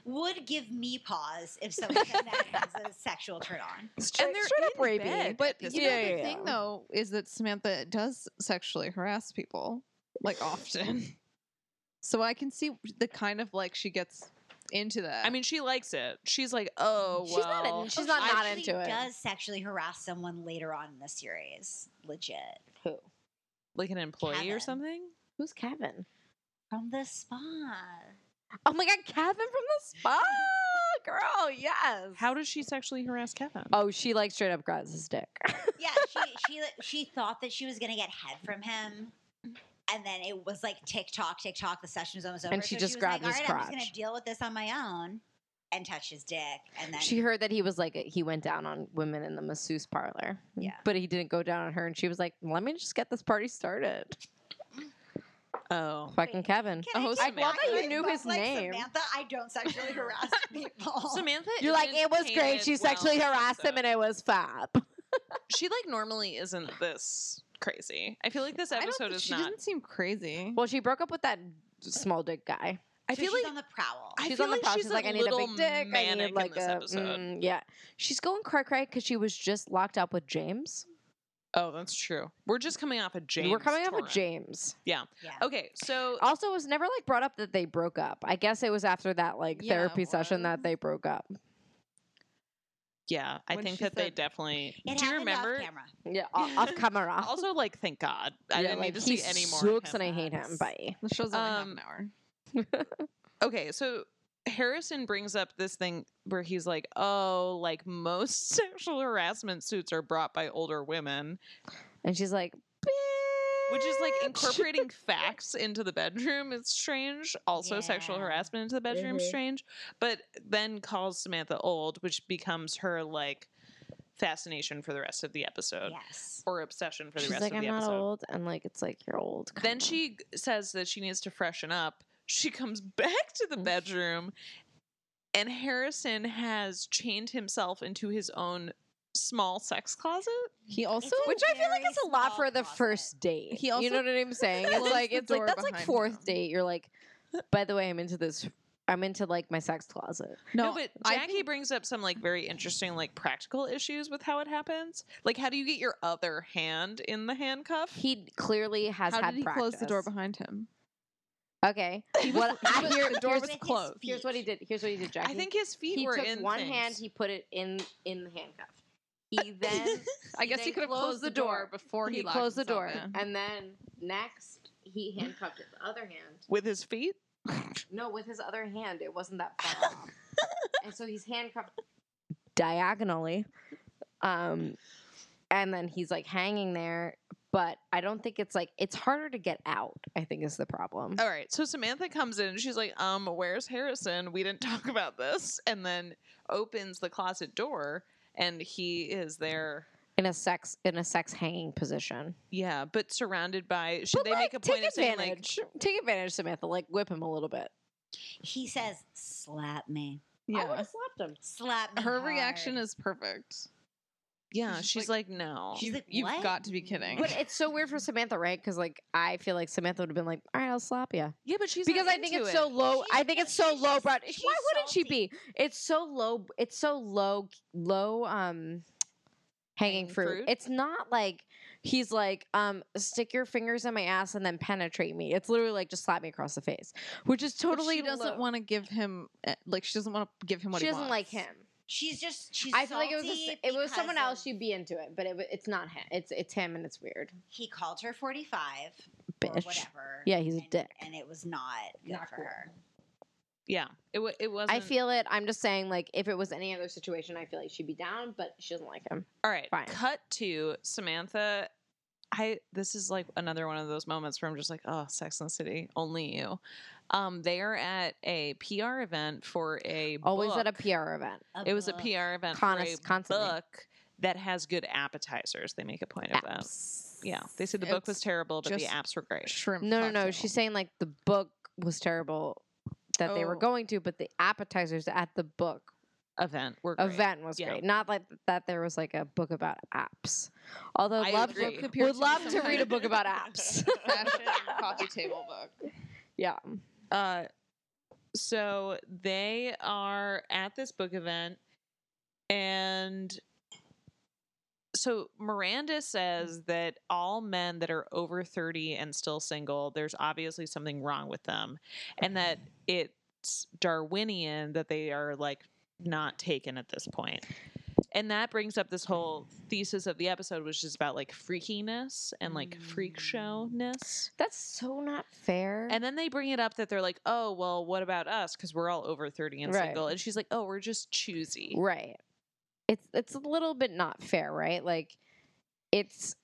Speaker 4: Would give me pause if someone said that as a sexual turn on.
Speaker 2: Straight,
Speaker 1: they're
Speaker 2: straight up
Speaker 1: in
Speaker 2: rapey.
Speaker 1: bed.
Speaker 3: but
Speaker 1: This
Speaker 3: you
Speaker 2: is-
Speaker 3: know
Speaker 2: Yeah,
Speaker 3: the
Speaker 2: yeah,
Speaker 3: thing
Speaker 2: yeah.
Speaker 3: though is that samantha does sexually harass people like often so i can see the kind of like she gets into that
Speaker 1: I mean, she likes it. She's like, "Oh,
Speaker 2: She's not
Speaker 1: well."
Speaker 2: in- she's
Speaker 4: Oh,
Speaker 2: not
Speaker 4: she
Speaker 2: not
Speaker 4: actually
Speaker 2: into it.
Speaker 4: Does sexually harass someone later on in the series? Legit
Speaker 2: Who?
Speaker 1: like an employee or
Speaker 4: Kevin.
Speaker 1: something.
Speaker 2: Who's Kevin?
Speaker 4: from the spa.
Speaker 2: Oh my god, Kevin from the spa, girl. Yes.
Speaker 1: How does she sexually harass Kevin?
Speaker 2: Oh, she like straight up grabs his dick.
Speaker 4: Yeah, she she like, she thought that she was gonna get head from him, and then it was like tick tock, tick tock. The session was almost over,
Speaker 2: And she
Speaker 4: so
Speaker 2: just
Speaker 4: she was
Speaker 2: grabbed
Speaker 4: like,
Speaker 2: his
Speaker 4: All right, I'm just
Speaker 2: crotch.
Speaker 4: gonna deal with this on my own. and touched his dick, and then
Speaker 2: She heard that he was like he went down on women in the masseuse parlor.
Speaker 4: Yeah.
Speaker 2: But he didn't go down on her and she was like, "Let me just get this party started."
Speaker 1: Oh.
Speaker 2: Fucking
Speaker 4: Wait,
Speaker 2: Kevin.
Speaker 4: Can I
Speaker 1: Oh,
Speaker 4: just
Speaker 1: Samantha. I love that
Speaker 2: you
Speaker 4: act
Speaker 2: knew
Speaker 4: like-
Speaker 2: his
Speaker 4: like
Speaker 2: name.
Speaker 4: Samantha, I don't sexually harass people.
Speaker 1: Samantha
Speaker 2: You're like,
Speaker 1: isn't
Speaker 2: "It was great.
Speaker 1: painted
Speaker 2: She
Speaker 1: well
Speaker 2: sexually
Speaker 1: in this
Speaker 2: harassed him
Speaker 1: episode."
Speaker 2: and it was fab."
Speaker 1: she like normally isn't this crazy. I feel like this
Speaker 3: I don't
Speaker 1: episode
Speaker 3: think-
Speaker 1: is
Speaker 3: she
Speaker 1: not.
Speaker 3: doesn't seem crazy.
Speaker 2: Well, she broke up with that small dick guy.
Speaker 1: I
Speaker 4: So
Speaker 1: feel
Speaker 4: she's
Speaker 1: like
Speaker 4: on the prowl.
Speaker 1: I
Speaker 2: she's
Speaker 1: feel
Speaker 2: on the
Speaker 1: like
Speaker 2: couch.
Speaker 1: she's
Speaker 2: She's like,
Speaker 1: a
Speaker 2: I need a
Speaker 1: little
Speaker 2: big dick. I
Speaker 1: manic
Speaker 2: need
Speaker 1: in
Speaker 2: like
Speaker 1: this
Speaker 2: a
Speaker 1: episode."
Speaker 2: mm, yeah. She's going cray cray because she was just locked up with James.
Speaker 1: oh, that's true. We're just coming off a James.
Speaker 2: We're coming up with
Speaker 1: torrent.
Speaker 2: James.
Speaker 4: yeah.
Speaker 2: oh,
Speaker 1: Okay, so
Speaker 2: Also, it was never like brought up that they broke up. I guess it was after that like
Speaker 3: Yeah, it
Speaker 2: therapy session that
Speaker 3: was.
Speaker 2: they broke up.
Speaker 1: yeah, I
Speaker 3: When
Speaker 1: think
Speaker 3: she
Speaker 1: that they
Speaker 3: said-
Speaker 1: definitely.
Speaker 4: It
Speaker 1: do you
Speaker 4: happened off
Speaker 1: remember?
Speaker 4: camera.
Speaker 2: Yeah, o- off camera.
Speaker 1: Also, like, thank God I
Speaker 2: yeah,
Speaker 1: didn't
Speaker 2: like,
Speaker 1: need to
Speaker 2: he
Speaker 1: see any more. of
Speaker 2: sucks
Speaker 1: him.
Speaker 2: and I hate him. Bye.
Speaker 3: The show's only half
Speaker 1: Um,
Speaker 3: an hour.
Speaker 1: okay, so Harrison brings up this thing where he's like, "Oh, like most sexual harassment suits are brought by older women,"
Speaker 2: And she's like,
Speaker 1: which is like
Speaker 2: "Bitch."
Speaker 1: incorporating facts into the bedroom is strange. Also, sexual
Speaker 4: Yeah.
Speaker 1: harassment into the bedroom is
Speaker 2: Mhm.
Speaker 1: strange. But then calls Samantha old, which becomes her like fascination for the rest of the
Speaker 2: Uh,
Speaker 1: episode
Speaker 4: Yes.
Speaker 1: or obsession for the
Speaker 2: She's
Speaker 1: rest
Speaker 2: like,
Speaker 1: of
Speaker 2: I'm
Speaker 1: the
Speaker 2: not
Speaker 1: episode.
Speaker 2: old, and like it's like you're old. come
Speaker 1: Then
Speaker 2: on."
Speaker 1: she g- says that she needs to freshen up. She comes back to the
Speaker 2: Mm.
Speaker 1: bedroom, and Harrison has chained himself into his own small sex closet.
Speaker 3: He also
Speaker 4: It's a
Speaker 2: which I feel like
Speaker 4: very
Speaker 2: it's a lot
Speaker 4: small
Speaker 2: for the
Speaker 4: closet.
Speaker 2: first date.
Speaker 3: He
Speaker 2: you
Speaker 3: also
Speaker 2: know what I'm saying? It's
Speaker 3: closed
Speaker 2: like
Speaker 3: the
Speaker 2: it's like
Speaker 3: door
Speaker 2: that's like
Speaker 3: behind
Speaker 2: fourth
Speaker 3: him.
Speaker 2: date. You're like, by the way, I'm into this. I'm into like my sex closet.
Speaker 1: No,
Speaker 3: no,
Speaker 1: but
Speaker 3: I
Speaker 1: Jackie
Speaker 3: think-
Speaker 1: brings up some like very interesting like practical issues with how it happens. Like, how do you get your other hand in the handcuff?
Speaker 2: He clearly has
Speaker 3: how
Speaker 2: had
Speaker 3: did he
Speaker 2: practice.
Speaker 3: close the door behind him?
Speaker 2: Okay. What I hear,
Speaker 3: the door
Speaker 2: here's,
Speaker 3: was
Speaker 4: With his
Speaker 3: closed.
Speaker 4: feet.
Speaker 2: here's what he did. Here's what he did, Jackie.
Speaker 1: I think his feet
Speaker 2: he
Speaker 1: were
Speaker 2: took
Speaker 1: in
Speaker 2: one
Speaker 1: things.
Speaker 2: hand. He put it in in the handcuff. He then
Speaker 3: I guess he
Speaker 2: then
Speaker 3: could have closed the door before he,
Speaker 2: he
Speaker 3: locked
Speaker 2: closed the door,
Speaker 3: himself in.
Speaker 2: and then next he handcuffed it with the other hand.
Speaker 1: with his feet.
Speaker 2: No, with his other hand. It wasn't that far off. and so he's handcuffed diagonally. Um and then he's like hanging there, but I don't think it's like it's harder to get out, I think is the problem.
Speaker 1: All right. So Samantha comes in and she's like, um, where's Harrison? We didn't talk about this. And then opens the closet door and he is there.
Speaker 2: In a sex in a sex hanging position.
Speaker 1: Yeah, but surrounded by should
Speaker 2: But,
Speaker 1: they
Speaker 2: like,
Speaker 1: make a point
Speaker 2: take
Speaker 1: of saying like
Speaker 2: advantage. take advantage, Samantha. Like whip him a little bit.
Speaker 4: He says, "Slap me,
Speaker 2: I would
Speaker 3: Yeah,
Speaker 2: have slapped him.
Speaker 4: slap me."
Speaker 3: her
Speaker 4: hard.
Speaker 3: reaction is perfect.
Speaker 1: Yeah,
Speaker 3: She's
Speaker 1: she's like, No.
Speaker 4: She's
Speaker 3: You-
Speaker 4: like,
Speaker 3: you've
Speaker 4: "What?"
Speaker 3: got to be kidding.
Speaker 2: But it's so weird for Samantha, right? Because like I feel like Samantha would have been like, "All right, I'll slap you,"
Speaker 1: Yeah, but she's
Speaker 2: because
Speaker 1: not
Speaker 2: I think
Speaker 1: into
Speaker 2: it's
Speaker 1: it.
Speaker 2: so low.
Speaker 4: She's-
Speaker 2: I think
Speaker 4: no,
Speaker 2: it's so
Speaker 4: she's
Speaker 2: low.
Speaker 4: just-
Speaker 2: Broad. Why
Speaker 4: she's
Speaker 2: wouldn't she
Speaker 4: salty.
Speaker 2: be? It's so low. It's so low. Low. Um, hanging
Speaker 1: Hanging
Speaker 2: fruit.
Speaker 1: fruit?
Speaker 2: It's not like he's like, um, stick your fingers in my ass and then penetrate me. It's literally like just slap me across the face, which is
Speaker 3: But
Speaker 2: totally.
Speaker 3: She doesn't
Speaker 2: low.
Speaker 3: want to give him eh, like she doesn't want to give him what
Speaker 2: She
Speaker 3: he
Speaker 2: doesn't like
Speaker 3: wants.
Speaker 2: him.
Speaker 4: She's just. She's.
Speaker 2: I feel like it was a
Speaker 4: salty
Speaker 2: s it was someone
Speaker 4: because
Speaker 2: else.
Speaker 4: of-
Speaker 2: You'd be into it, but it, w- it's not him. It's it's him, and it's weird.
Speaker 4: He called her forty-five. Or
Speaker 2: Bitch.
Speaker 4: whatever.
Speaker 2: Yeah, he's a
Speaker 4: and,
Speaker 2: dick.
Speaker 4: And it was not good
Speaker 2: Not
Speaker 4: for
Speaker 2: cool.
Speaker 4: her.
Speaker 1: Yeah. It wa it wasn't
Speaker 2: I feel it. I'm just saying, like, if it was any other situation, I feel like she'd be down, but she doesn't like him.
Speaker 1: All right.
Speaker 2: Fine.
Speaker 1: Cut to Samantha. I this is like another one of those moments where I'm just like, oh, Sex and the City, only you. Um, they are at a PR event for a
Speaker 2: Always at a
Speaker 1: book.
Speaker 2: PR event.
Speaker 1: It was a
Speaker 4: book.
Speaker 1: PR event
Speaker 2: Con-
Speaker 1: for a
Speaker 2: constantly.
Speaker 1: book that has good appetizers. They make a point of that.
Speaker 2: Apps.
Speaker 1: Yeah, they said the book was
Speaker 3: It's
Speaker 1: terrible, but the
Speaker 3: just
Speaker 1: apps were great.
Speaker 3: Shrimp.
Speaker 2: No, no, no.
Speaker 3: cocktail.
Speaker 2: She's saying like the book was terrible that they were
Speaker 1: Oh.
Speaker 2: going to, but the appetizers at the book
Speaker 1: Event were great.
Speaker 2: event was
Speaker 1: Yeah.
Speaker 2: great. Not like that there was like a book about apps. Although
Speaker 1: I
Speaker 2: love
Speaker 1: agree.
Speaker 2: would, would love to read a book about apps.
Speaker 3: fashion coffee table book.
Speaker 2: yeah.
Speaker 1: Uh, so they are at this book event, and so Miranda says that all men that are over 30 and still single, there's obviously something wrong with them, and that it's Darwinian that they are like not taken at this point. And that brings up this whole thesis of the episode, which is about like freakiness and like freak showness.
Speaker 2: That's so not fair.
Speaker 1: And then they bring it up that they're like, oh, well, what about us? Because we're all over 30 and
Speaker 2: Right.
Speaker 1: single. And she's like, oh, we're just choosy.
Speaker 2: Right. It's it's a little bit not fair, right? Like it's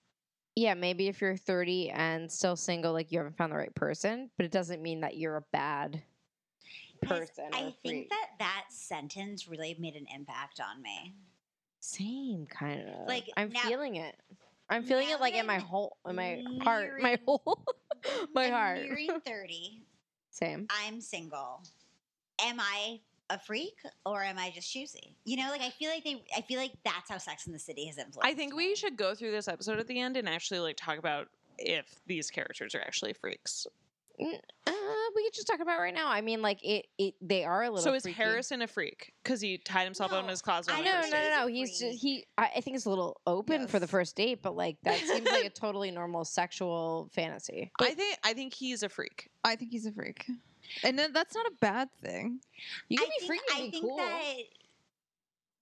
Speaker 2: yeah, maybe if you're 30 and still single, like you haven't found the right person, but it doesn't mean that you're a bad
Speaker 4: Guys,
Speaker 2: person. or
Speaker 4: I
Speaker 2: freak.
Speaker 4: think that that sentence really made an impact on me.
Speaker 2: same kind of.
Speaker 4: Like,
Speaker 2: I'm
Speaker 4: now-
Speaker 2: feeling it. I'm feeling it like in my
Speaker 4: now that
Speaker 2: whole, in my heart, my whole, my
Speaker 4: I'm
Speaker 2: heart.
Speaker 4: Nearing thirty.
Speaker 2: Same.
Speaker 4: I'm single. Am I a freak or am I just choosy? You know, like I feel like they. I feel like that's how Sex in the City has influenced.
Speaker 1: I think we
Speaker 4: me.
Speaker 1: should go through this episode at the end and actually like talk about if these characters are actually freaks.
Speaker 2: Uh, we could just talk about it right now. I mean, like it, it. They are a little.
Speaker 1: So is
Speaker 2: freaky.
Speaker 1: Harrison a freak because he tied himself up in
Speaker 4: No,
Speaker 1: his closet?
Speaker 4: I
Speaker 1: on
Speaker 2: No,
Speaker 1: the
Speaker 2: no,
Speaker 1: first
Speaker 4: don't know.
Speaker 1: date?
Speaker 2: no, no.
Speaker 4: He's a
Speaker 2: He's
Speaker 4: freak.
Speaker 2: just he. I, I think it's a little open for the
Speaker 3: Yes.
Speaker 2: first date, but like that seems like a totally normal sexual fantasy.
Speaker 1: I think I think he's a freak.
Speaker 3: I think he's a freak, and then that's not a bad thing.
Speaker 2: You can
Speaker 4: I
Speaker 2: be
Speaker 4: think,
Speaker 2: freaky
Speaker 4: I
Speaker 2: and be
Speaker 4: think
Speaker 2: cool.
Speaker 4: that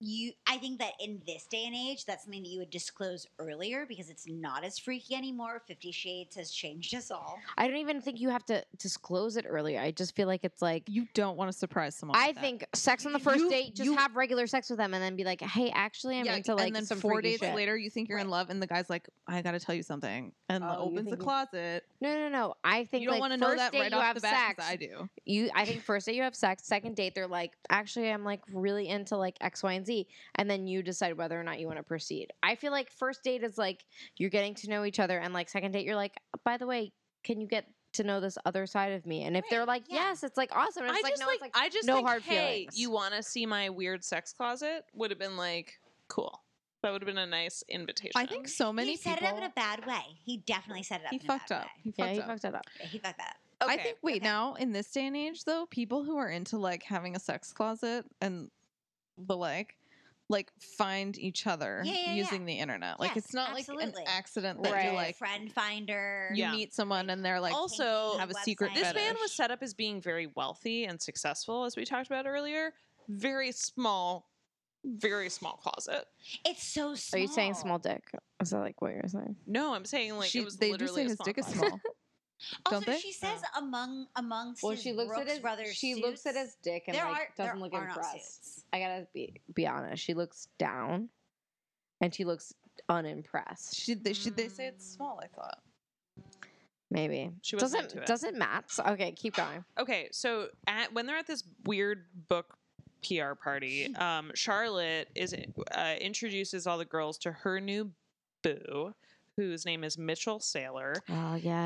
Speaker 4: you. I think that in this day and age, that's something that you would disclose earlier because it's not as freaky anymore. Fifty Shades has changed us all.
Speaker 2: I don't even think you have to disclose it earlier. I just feel like it's like.
Speaker 3: You don't want to surprise someone.
Speaker 2: I
Speaker 3: with that.
Speaker 2: think sex on the first
Speaker 3: You-
Speaker 2: date, just
Speaker 3: you-
Speaker 2: have regular sex with them, and then be like, "Hey, actually, I'm
Speaker 3: Yeah,
Speaker 2: into like
Speaker 3: and then
Speaker 2: some
Speaker 3: four
Speaker 2: freaky
Speaker 3: days
Speaker 2: shit.
Speaker 3: later, you think you're in love, and the guy's like, "I gotta tell you something," and
Speaker 2: Oh, you
Speaker 3: opens the
Speaker 2: think you-
Speaker 3: closet.
Speaker 2: No, no, no. I think
Speaker 3: You don't
Speaker 2: like,
Speaker 3: want to know
Speaker 2: first
Speaker 3: that
Speaker 2: date
Speaker 3: right
Speaker 2: you
Speaker 3: off
Speaker 2: have
Speaker 3: the bat.
Speaker 2: sex.
Speaker 3: 'cause I do.
Speaker 2: you i think first date you have sex second date they're like actually i'm like really into like x y and z and then you decide whether or not you want to proceed i feel like first date is like you're getting to know each other and like second date you're like by the way can you get to know this other side of me and if they're
Speaker 4: Right,
Speaker 2: like
Speaker 4: yeah.
Speaker 2: yes it's like awesome and
Speaker 1: I
Speaker 2: it's like
Speaker 1: just
Speaker 2: no
Speaker 1: like,
Speaker 2: it's like
Speaker 1: I just
Speaker 2: no
Speaker 1: think,
Speaker 2: hard
Speaker 1: hey,
Speaker 2: feelings."
Speaker 1: you want to see my weird sex closet? Would have been like cool. That would have been a nice invitation.
Speaker 3: I think so many
Speaker 4: he set
Speaker 3: people.
Speaker 4: it up in a bad way. He definitely set it up.
Speaker 3: he
Speaker 4: in
Speaker 3: fucked
Speaker 4: a bad
Speaker 3: up.
Speaker 4: Way.
Speaker 3: He fucked
Speaker 2: yeah you
Speaker 3: up.
Speaker 2: fucked that up
Speaker 4: Yeah, He fucked that up.
Speaker 1: Okay.
Speaker 3: I think wait
Speaker 4: okay.
Speaker 3: now in this day and age though, people who are into like having a sex closet and the like, like find each other
Speaker 4: Yeah, yeah, yeah.
Speaker 3: using the internet. Like
Speaker 4: Yes,
Speaker 3: it's not like an
Speaker 4: absolutely.
Speaker 3: accident that
Speaker 2: Right.
Speaker 3: you like
Speaker 4: friend finder.
Speaker 3: you
Speaker 1: Yeah.
Speaker 3: meet someone and they're like
Speaker 1: Also-
Speaker 4: Kinky
Speaker 3: have a secret
Speaker 1: This man
Speaker 3: fetish.
Speaker 1: was set up as being very wealthy and successful, as we talked about earlier. Very small, very small closet.
Speaker 4: It's so small.
Speaker 2: are you saying small dick is that like what you're saying
Speaker 1: No, I'm saying like
Speaker 3: She-
Speaker 1: it was
Speaker 3: they do
Speaker 1: literally a
Speaker 3: say his
Speaker 1: small
Speaker 3: dick is
Speaker 1: closet.
Speaker 3: small.
Speaker 4: Also,
Speaker 3: don't they?
Speaker 4: she says among amongst.
Speaker 2: well
Speaker 4: his
Speaker 2: she looks
Speaker 4: Brooks
Speaker 2: at his
Speaker 4: brothers.
Speaker 2: she looks at
Speaker 4: suits,
Speaker 2: his dick and
Speaker 4: there
Speaker 2: like
Speaker 4: are,
Speaker 2: doesn't
Speaker 4: there
Speaker 2: look
Speaker 4: are not
Speaker 2: impressed
Speaker 4: suits.
Speaker 2: I gotta be be honest. She looks down, and she looks unimpressed.
Speaker 3: She they, she, they say
Speaker 4: Mm.
Speaker 3: it's small. I thought.
Speaker 2: Maybe
Speaker 1: She wasn't
Speaker 2: doesn't
Speaker 1: into it.
Speaker 2: doesn't Matt's okay. Keep going.
Speaker 1: Okay, so at when they're at this weird book PR party, um, Charlotte is uh, introduces all the girls to her new boo, whose name is Mitchell Sailor.
Speaker 2: Oh yeah.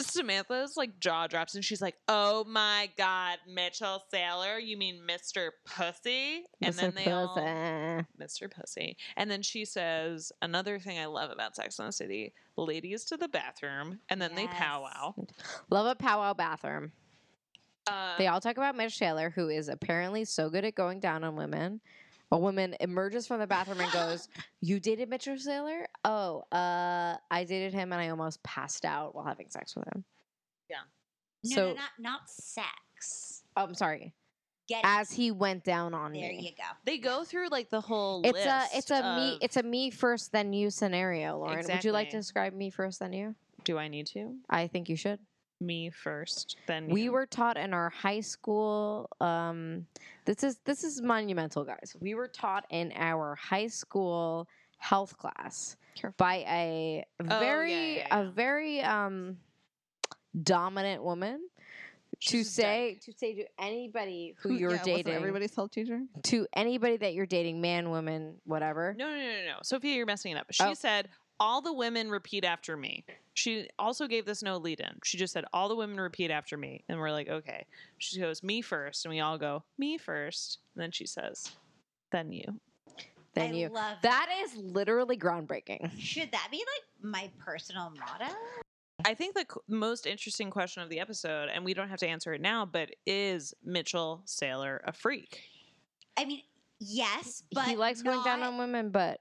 Speaker 1: Samantha's like jaw drops and she's like, "Oh my god, Mitchell Sailor, you mean Mr. Pussy?" And then they all Mr. Pussy. And then she says, "Another thing I love about Sex and the City, ladies to the bathroom and then they
Speaker 4: Yes.
Speaker 1: powwow."
Speaker 2: love a powwow bathroom.
Speaker 1: Uh,
Speaker 2: They all talk about Mitch Taylor, who is apparently so good at going down on women. A woman emerges from the bathroom and goes, "You dated Mitchell Taylor? Oh, uh, I dated him, and I almost passed out while having sex with him."
Speaker 1: Yeah.
Speaker 4: No,
Speaker 2: so
Speaker 4: no, not not sex.
Speaker 2: oh, I'm sorry.
Speaker 4: Get
Speaker 2: As he went down on
Speaker 4: there
Speaker 2: me.
Speaker 4: you go.
Speaker 1: they go through like the whole
Speaker 2: It's a
Speaker 1: list
Speaker 2: it's a me
Speaker 1: of-
Speaker 2: it's a me first then you scenario, Lauren. Would you like
Speaker 1: Exactly.
Speaker 2: to describe me first then you?
Speaker 1: Do I need to?
Speaker 2: I think you should.
Speaker 1: Me first, then
Speaker 2: We
Speaker 1: you.
Speaker 2: were taught in our high school. Um, this is this is monumental, guys. We were taught in our high school health class
Speaker 3: Careful.
Speaker 2: by a
Speaker 1: Oh, yeah,
Speaker 2: very
Speaker 1: yeah, yeah.
Speaker 2: a very um dominant woman to
Speaker 1: She's a
Speaker 2: say
Speaker 1: dyke.
Speaker 2: to say to anybody who,
Speaker 3: yeah,
Speaker 2: you're
Speaker 3: wasn't
Speaker 2: dating
Speaker 3: Everybody's health teacher.
Speaker 2: to anybody that you're dating, man, woman, whatever.
Speaker 1: No, no, no, no, no. Sophia, you're messing it up. She
Speaker 2: Oh.
Speaker 1: said, all the women repeat after me. She also gave this no lead in. She just said, all the women repeat after me. And we're like, okay. She goes, me first. And we all go, me first. And then she says, then you.
Speaker 2: Then
Speaker 4: I
Speaker 2: you
Speaker 4: love
Speaker 2: That is literally groundbreaking.
Speaker 4: Should that be like my personal motto?
Speaker 1: I think the c- most interesting question of the episode, and we don't have to answer it now, but is Mitchell Sailor a freak?
Speaker 4: I mean, yes, but
Speaker 2: he likes going down
Speaker 4: not-
Speaker 2: on women, but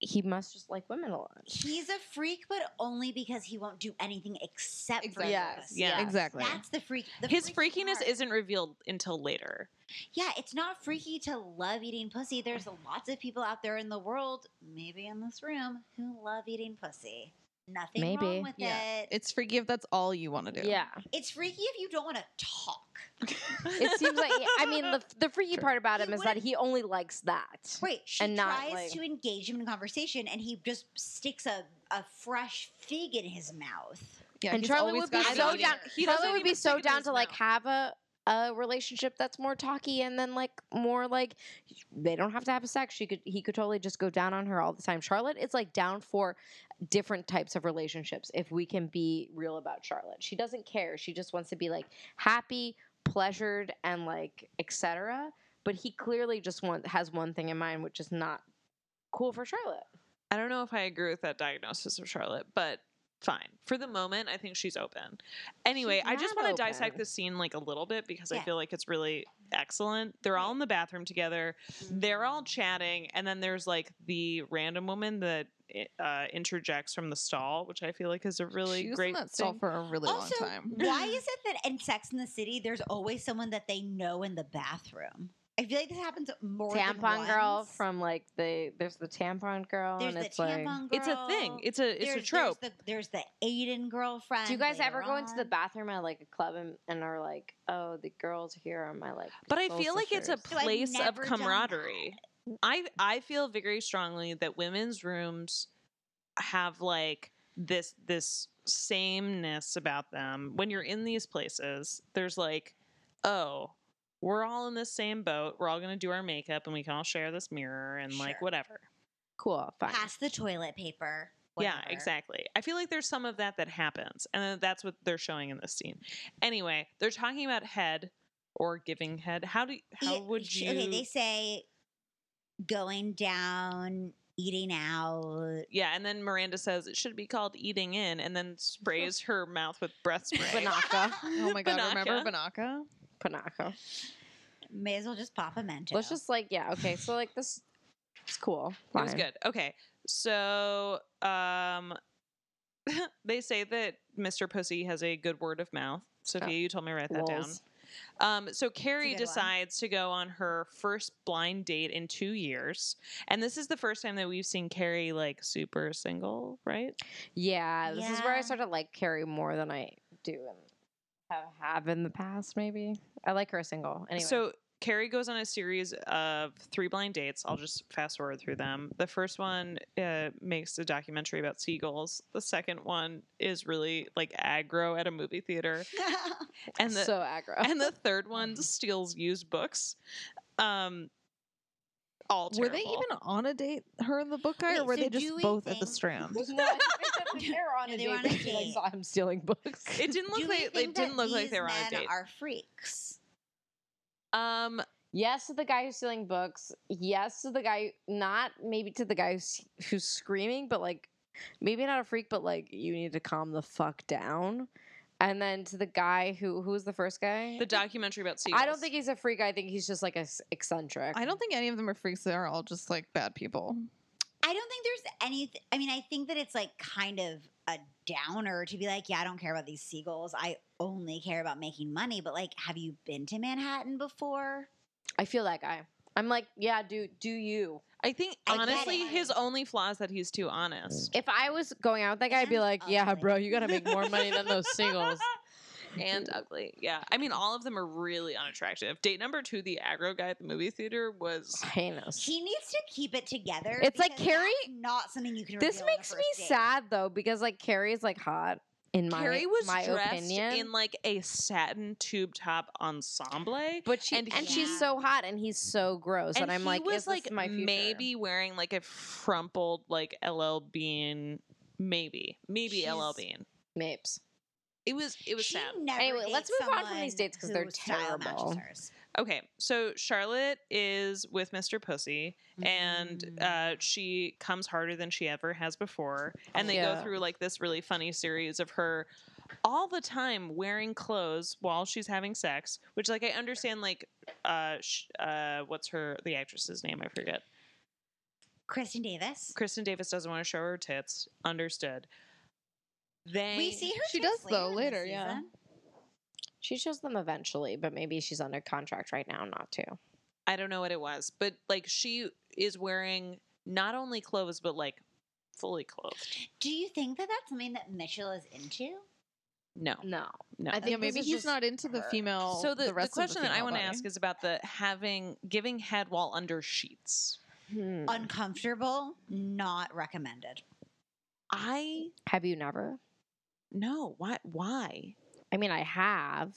Speaker 2: he must just like women a lot.
Speaker 4: He's a freak, but only because he won't do anything except for
Speaker 3: Exactly.
Speaker 4: yes.
Speaker 1: Yeah.
Speaker 3: Exactly.
Speaker 4: That's the freak. The
Speaker 1: His
Speaker 4: freaky
Speaker 1: freakiness
Speaker 4: part.
Speaker 1: isn't revealed until later.
Speaker 4: Yeah, it's not freaky to love eating pussy. There's lots of people out there in the world, maybe in this room, who love eating pussy. Nothing
Speaker 2: Maybe.
Speaker 4: wrong with
Speaker 3: Yeah.
Speaker 4: it.
Speaker 3: It's freaky if that's all you want to do.
Speaker 2: Yeah,
Speaker 4: It's freaky if you don't want to talk.
Speaker 2: it seems like I mean the the freaky
Speaker 3: Sure.
Speaker 2: part about
Speaker 4: He
Speaker 2: him is that
Speaker 4: wouldn't-
Speaker 2: he only likes that.
Speaker 4: Right. She
Speaker 2: And not,
Speaker 4: tries
Speaker 2: like-
Speaker 4: to engage him in conversation and he just sticks a, a fresh fig in his mouth.
Speaker 3: Yeah,
Speaker 2: And
Speaker 3: he's
Speaker 2: Charlie
Speaker 3: always
Speaker 2: would be
Speaker 3: got
Speaker 1: I
Speaker 3: an
Speaker 2: so
Speaker 1: don't
Speaker 3: eating-
Speaker 2: down.
Speaker 1: either. He
Speaker 2: Charlie
Speaker 1: doesn't
Speaker 2: would be
Speaker 1: even
Speaker 2: so
Speaker 1: stick it in
Speaker 2: down
Speaker 1: his
Speaker 2: to like
Speaker 1: mouth.
Speaker 2: have a a relationship that's more talky and then like more like they don't have to have sex. She could he could totally just go down on her all the time. Charlotte is like down for different types of relationships if we can be real about Charlotte. She doesn't care. She just wants to be like happy, pleasured and like etc. But he clearly just want has one thing in mind which is not cool for Charlotte.
Speaker 1: I don't know if I agree with that diagnosis of Charlotte, but fine. For the moment, I think she's open. Anyway,
Speaker 2: She's
Speaker 1: I just
Speaker 2: mad
Speaker 1: want to
Speaker 2: open.
Speaker 1: dissect the scene like a little bit because I
Speaker 4: Yeah.
Speaker 1: feel like it's really excellent. They're all in the bathroom together. They're
Speaker 3: Mm-hmm.
Speaker 1: all chatting, and then there's like the random woman that uh, interjects from the stall, which I feel like is a really
Speaker 3: she was
Speaker 1: great
Speaker 3: in that stall
Speaker 1: thing.
Speaker 3: for a really
Speaker 4: also,
Speaker 3: long time.
Speaker 4: why is it that in Sex in the City, there's always someone that they know in the bathroom? I feel like this happens more. than
Speaker 2: tampon girl
Speaker 4: once.
Speaker 2: from like the there's the tampon girl
Speaker 4: There's
Speaker 2: and
Speaker 4: the
Speaker 2: it's like
Speaker 4: tampon girl.
Speaker 1: It's a thing. It's a it's
Speaker 4: there's,
Speaker 1: a trope.
Speaker 4: There's the, there's the Aiden girlfriend.
Speaker 2: do you guys
Speaker 4: later
Speaker 2: ever go into the
Speaker 4: on.
Speaker 2: bathroom at like a club and, and are like, oh, the girls here are my like?
Speaker 1: But I
Speaker 2: soul
Speaker 1: feel like it's a
Speaker 2: sisters."
Speaker 4: So I've
Speaker 1: place of
Speaker 4: never done that.
Speaker 1: camaraderie. I I feel very strongly that women's rooms have like this this sameness about them. When you're in these places, there's like, oh, we're all in the same boat. We're all gonna do our makeup and we can all share this mirror and like
Speaker 4: Sure.
Speaker 1: whatever.
Speaker 2: cool, fine.
Speaker 4: Pass the toilet paper.
Speaker 1: Yeah,
Speaker 4: whatever.
Speaker 1: exactly. I feel like there's some of that that happens, and then that's what they're showing in this scene. Anyway, they're talking about head or giving head. How do how
Speaker 4: Yeah,
Speaker 1: would
Speaker 4: sh-
Speaker 1: you?
Speaker 4: Okay, they say going down, eating out.
Speaker 1: Yeah, and then Miranda says it should be called eating in, and then sprays her mouth with breath spray.
Speaker 2: Banaka,
Speaker 3: oh my god, remember Banaka?
Speaker 2: Panaka.
Speaker 4: May as well just pop a mento.
Speaker 2: Let's just like, yeah, okay. So like this, it's cool.
Speaker 1: it was
Speaker 2: fine.
Speaker 1: good. Okay, so um, they say that Mr. Pussy has a good word of mouth. Sophia, you told me to write that down.
Speaker 2: Lols.
Speaker 1: Um, so Carrie
Speaker 4: good one.
Speaker 1: decides to go on her first blind date in two years, and this is the first time that we've seen Carrie like super single, right?
Speaker 2: Yeah, this is where I
Speaker 4: Yeah.
Speaker 2: started like Carrie more than I do and have have in the past. Maybe I like her single anyway.
Speaker 1: So Carrie goes on a series of three blind dates. I'll just fast forward through them. The first one uh, makes a documentary about seagulls. The second one is really like aggro at a movie theater, and the
Speaker 2: so aggro.
Speaker 1: and the third one steals used books. Um, all
Speaker 3: Were they
Speaker 1: terrible.
Speaker 3: even on a date, her and the book guy, or
Speaker 4: Wait,
Speaker 3: were
Speaker 4: so
Speaker 3: they
Speaker 4: do
Speaker 3: just
Speaker 4: we
Speaker 3: both at the
Speaker 4: think-
Speaker 3: Strand?
Speaker 2: no, I think they were on
Speaker 4: No,
Speaker 2: a
Speaker 4: they were
Speaker 2: date.
Speaker 4: on a
Speaker 2: because they, like,
Speaker 4: date.
Speaker 2: saw him stealing books.
Speaker 1: It didn't look
Speaker 4: Do we
Speaker 1: like
Speaker 4: think
Speaker 1: it didn't
Speaker 4: that
Speaker 1: look like
Speaker 4: these
Speaker 1: they were on a
Speaker 4: men
Speaker 1: date.
Speaker 4: Are freaks?
Speaker 1: Um,
Speaker 2: Yes to the guy who's stealing books. Yes to the guy, not maybe to the guy who's, who's screaming, but like maybe not a freak, but like you need to calm the fuck down. And then to the guy who who was the first guy.
Speaker 1: the documentary about seagulls.
Speaker 2: I don't think he's a freak. I think he's just like a s- eccentric.
Speaker 3: I don't think any of them are freaks. They are all just like bad people.
Speaker 4: I don't think there's any. I mean, I think that it's like kind of a downer to be like, yeah, I don't care about these seagulls. I only care about making money. But like, have you been to Manhattan before?
Speaker 2: I feel that guy. I'm like, yeah, do do you?
Speaker 1: I think
Speaker 4: I get
Speaker 1: honestly,
Speaker 4: it.
Speaker 1: his only flaw is that he's too honest.
Speaker 2: If I was going out with that guy, I'd be
Speaker 4: And
Speaker 2: like, yeah,
Speaker 4: ugly.
Speaker 2: bro, you gotta make more money than those singles.
Speaker 1: and ugly. Yeah. I mean, all of them are really unattractive. Date number two, the aggro guy at the movie theater, was.
Speaker 2: Heinous.
Speaker 4: He needs to keep it together.
Speaker 2: It's like,
Speaker 4: because
Speaker 2: Carrie-
Speaker 4: that's not something you can.
Speaker 2: This
Speaker 4: reveal on a
Speaker 2: makes me
Speaker 4: first date.
Speaker 2: sad though, because like Carrie's like hot in my
Speaker 1: Carrie was
Speaker 2: my
Speaker 1: dressed
Speaker 2: opinion.
Speaker 1: in like a satin tube top ensemble.
Speaker 2: But she and,
Speaker 1: And
Speaker 2: she's
Speaker 4: he-
Speaker 2: so hot and he's so gross and, I'm
Speaker 1: he
Speaker 2: like,
Speaker 1: was
Speaker 2: is
Speaker 1: like
Speaker 2: this my future?
Speaker 1: maybe wearing like a crumpled like LL Bean, maybe maybe LL
Speaker 4: She's-
Speaker 1: Bean.
Speaker 2: Mapes.
Speaker 1: It was it was
Speaker 4: She
Speaker 1: sad.
Speaker 4: never
Speaker 2: Anyway,
Speaker 4: dates
Speaker 2: let's move on from these
Speaker 4: someone
Speaker 2: dates 'cause they're
Speaker 4: whose style matches
Speaker 2: terrible.
Speaker 4: hers.
Speaker 1: Okay, so Charlotte is with Mr. Pussy, and
Speaker 4: Mm.
Speaker 1: uh, she comes harder than she ever has before. And they
Speaker 2: Yeah.
Speaker 1: go through like this really funny series of her all the time wearing clothes while she's having sex, which like I understand like uh, sh- uh, what's her the actress's name I forget.
Speaker 4: Kristen Davis.
Speaker 1: Kristen Davis doesn't want to show her tits. Understood. They
Speaker 4: We see her.
Speaker 3: She
Speaker 4: tits
Speaker 3: does, though,
Speaker 4: later,
Speaker 3: later,
Speaker 4: in the
Speaker 3: yeah.
Speaker 4: season.
Speaker 2: She shows them eventually, but maybe she's under contract right now not to.
Speaker 1: I don't know what it was, but like she is wearing not only clothes but like fully clothed.
Speaker 4: Do you think that that's something that Mitchell is into?
Speaker 1: No,
Speaker 2: No.
Speaker 1: no.
Speaker 2: I think
Speaker 3: yeah, maybe
Speaker 2: this is
Speaker 3: he's
Speaker 2: just
Speaker 3: not into the
Speaker 2: her.
Speaker 3: female.
Speaker 1: so the, the,
Speaker 3: rest of
Speaker 1: question that i
Speaker 3: female
Speaker 1: want to
Speaker 3: body.
Speaker 1: ask is about the having giving head while under sheets
Speaker 2: Hmm.
Speaker 4: Uncomfortable, not recommended.
Speaker 1: i
Speaker 2: Have you never?
Speaker 1: no why why
Speaker 2: I mean, I have.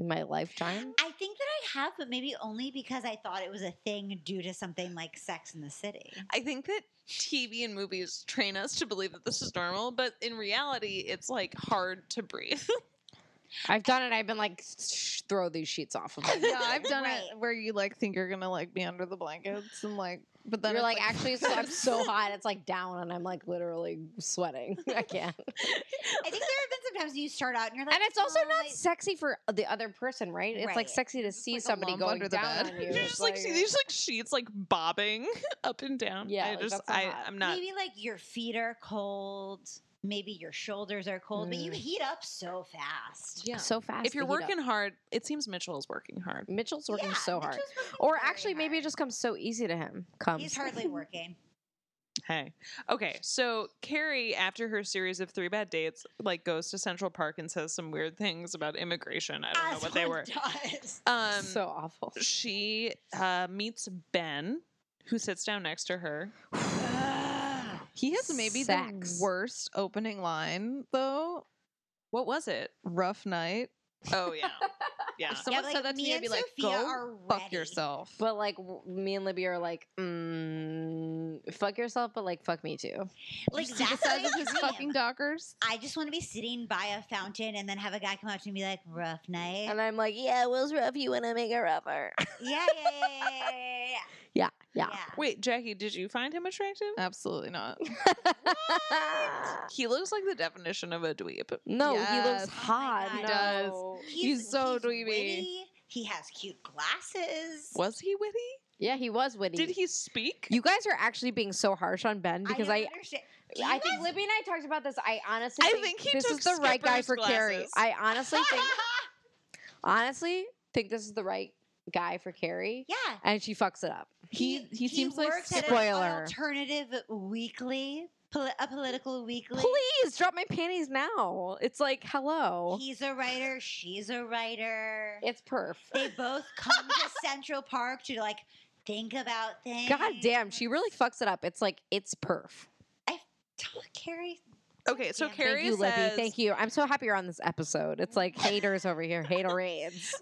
Speaker 2: in my lifetime.
Speaker 4: I think that I have, but maybe only because I thought it was a thing due to something like Sex in the City.
Speaker 1: I think that TV and movies train us to believe that this is normal, but in reality, it's like hard to breathe.
Speaker 2: I've done it. I've been like, "Shh, throw these sheets off of me.
Speaker 3: yeah, I've done
Speaker 4: Right.
Speaker 3: it where you like think you're gonna like be under the blankets and like, but then
Speaker 2: You're
Speaker 3: it's,
Speaker 2: like, actually, it's, I'm so hot. It's like down, and I'm like literally sweating. I can't.
Speaker 4: I think there have been sometimes you start out and you're like,
Speaker 2: And it's also
Speaker 4: "Oh,
Speaker 2: not
Speaker 4: I-
Speaker 2: sexy for uh, the other person, right? It's like
Speaker 4: Right.
Speaker 2: sexy to
Speaker 3: just,
Speaker 2: see
Speaker 3: like, a
Speaker 2: somebody
Speaker 3: lump
Speaker 2: going
Speaker 3: under the
Speaker 2: down
Speaker 3: bed.
Speaker 2: on you.
Speaker 1: You're
Speaker 2: It's
Speaker 1: just like, see these like sheets like bobbing up and down.
Speaker 2: Yeah,
Speaker 1: I
Speaker 2: like,
Speaker 1: just
Speaker 2: that's not
Speaker 1: I
Speaker 2: hot.
Speaker 1: I'm not.
Speaker 4: maybe like your feet are cold, maybe your shoulders are cold, but you
Speaker 2: Mm.
Speaker 4: heat up so fast.
Speaker 1: Yeah.
Speaker 2: so fast.
Speaker 1: if you're
Speaker 2: to heat up.
Speaker 1: working hard, it seems Mitchell's working hard.
Speaker 2: Mitchell's working
Speaker 4: Yeah,
Speaker 2: so hard.
Speaker 4: Mitchell's working
Speaker 2: Or
Speaker 4: very
Speaker 2: actually, maybe it
Speaker 4: hard.
Speaker 2: just um, comes so easy to him. Comes.
Speaker 4: he's hardly working.
Speaker 1: Hey. Okay. So Carrie, after her series of three bad dates, like goes to Central Park and says some weird things about immigration. I don't know
Speaker 4: As
Speaker 1: what they
Speaker 4: one
Speaker 1: were.
Speaker 4: does.
Speaker 1: Um
Speaker 2: so awful.
Speaker 1: she uh, meets Ben, who sits down next to her.
Speaker 3: he has maybe
Speaker 2: Sex.
Speaker 3: the worst opening line though.
Speaker 1: What was it?
Speaker 3: Rough night.
Speaker 1: Oh yeah. Yeah.
Speaker 3: If someone
Speaker 4: like,
Speaker 3: said that to
Speaker 4: me
Speaker 3: me, I'd
Speaker 4: and
Speaker 3: be like,
Speaker 4: Sophia
Speaker 3: go
Speaker 4: are
Speaker 3: fuck
Speaker 4: ready."
Speaker 3: yourself.
Speaker 2: But like w- me and Libby are like, mm, fuck yourself, but like fuck me too.
Speaker 4: Like
Speaker 3: See the
Speaker 4: that's
Speaker 3: size
Speaker 4: my
Speaker 3: of his
Speaker 4: dream.
Speaker 3: fucking dockers.
Speaker 4: I just want to be sitting by a fountain and then have a guy come up to me and be like, rough night.
Speaker 2: And I'm like, yeah, Will's rough. You want to make it rougher?
Speaker 4: yeah, yeah, yeah, yeah, yeah, yeah, yeah,
Speaker 2: yeah,
Speaker 4: yeah.
Speaker 2: yeah.
Speaker 4: yeah.
Speaker 1: Wait, Jackie, did you find him attractive?
Speaker 2: Uh,
Speaker 3: Absolutely not.
Speaker 1: He looks like the definition of a dweeb.
Speaker 2: no, he
Speaker 3: Yes.
Speaker 2: looks
Speaker 3: Oh my
Speaker 2: hot.
Speaker 4: God.
Speaker 2: He
Speaker 4: He
Speaker 3: does. He's so dweeby.
Speaker 4: witty. He has cute glasses.
Speaker 1: Was he witty?
Speaker 2: Yeah, he was witty.
Speaker 1: Did he speak?
Speaker 2: You guys are actually being so harsh on Ben because
Speaker 4: I,
Speaker 2: I,
Speaker 4: don't understand. Do
Speaker 2: I
Speaker 4: you
Speaker 2: think
Speaker 4: guys-
Speaker 2: Libby and I talked about this. I honestly,
Speaker 1: I
Speaker 2: think,
Speaker 1: think he
Speaker 2: this
Speaker 1: took
Speaker 2: is the right guy
Speaker 1: Skipper's
Speaker 2: for Carrie.
Speaker 1: glasses.
Speaker 2: I honestly think, honestly think this is the right guy for Carrie,
Speaker 4: yeah.
Speaker 2: and she fucks it up.
Speaker 3: He he, seems like
Speaker 4: works at an
Speaker 2: Spoiler.
Speaker 4: alternative weekly, poli- a political weekly.
Speaker 2: Please drop my panties now. It's like hello.
Speaker 4: He's a writer. She's a writer.
Speaker 2: it's perf.
Speaker 4: they both come to Central Park to like think about things.
Speaker 2: God damn, she really fucks it up. It's like it's perf.
Speaker 4: Talk, Carrie.
Speaker 1: okay, so
Speaker 4: Damn, thank
Speaker 1: Carrie
Speaker 2: Thank you,
Speaker 1: says
Speaker 2: Libby. Thank you. I'm so happy you're on this episode. It's like haters over here, haterades.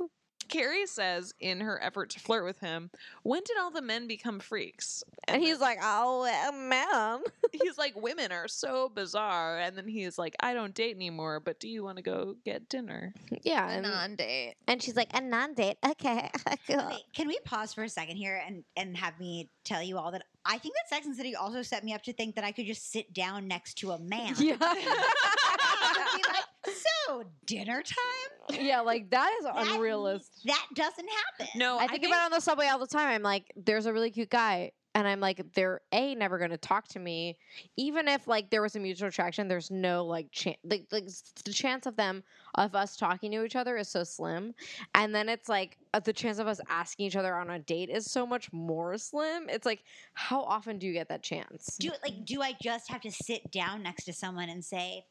Speaker 1: Carrie says in her effort to flirt with him, when did all the men become freaks?
Speaker 2: And he's like, oh uh, man.
Speaker 1: he's like, women are so bizarre. And then he's like, I don't date anymore, but do you want to go get dinner?
Speaker 2: Yeah. And,
Speaker 3: date.
Speaker 2: and she's like, a non-date. Okay. cool."
Speaker 4: Okay, can we pause for a second here and and have me tell you all that I think that Sex and the City also set me up to think that I could just sit down next to a man.
Speaker 2: Yeah.
Speaker 4: And be like, so dinner time?
Speaker 2: yeah, like that is
Speaker 4: That-
Speaker 2: unrealistic.
Speaker 4: That doesn't happen.
Speaker 1: No,
Speaker 2: I think about it on the subway all the time. I'm like, there's a really cute guy. And I'm like, they're A, never going to talk to me. Even if like there was a mutual attraction, there's no like chance, like, like s- the chance of them, of us talking to each other is so slim. And then it's like uh, the chance of us asking each other on a date is so much more slim. It's like, how often do you get that chance?
Speaker 4: Do like do I just have to sit down next to someone and say,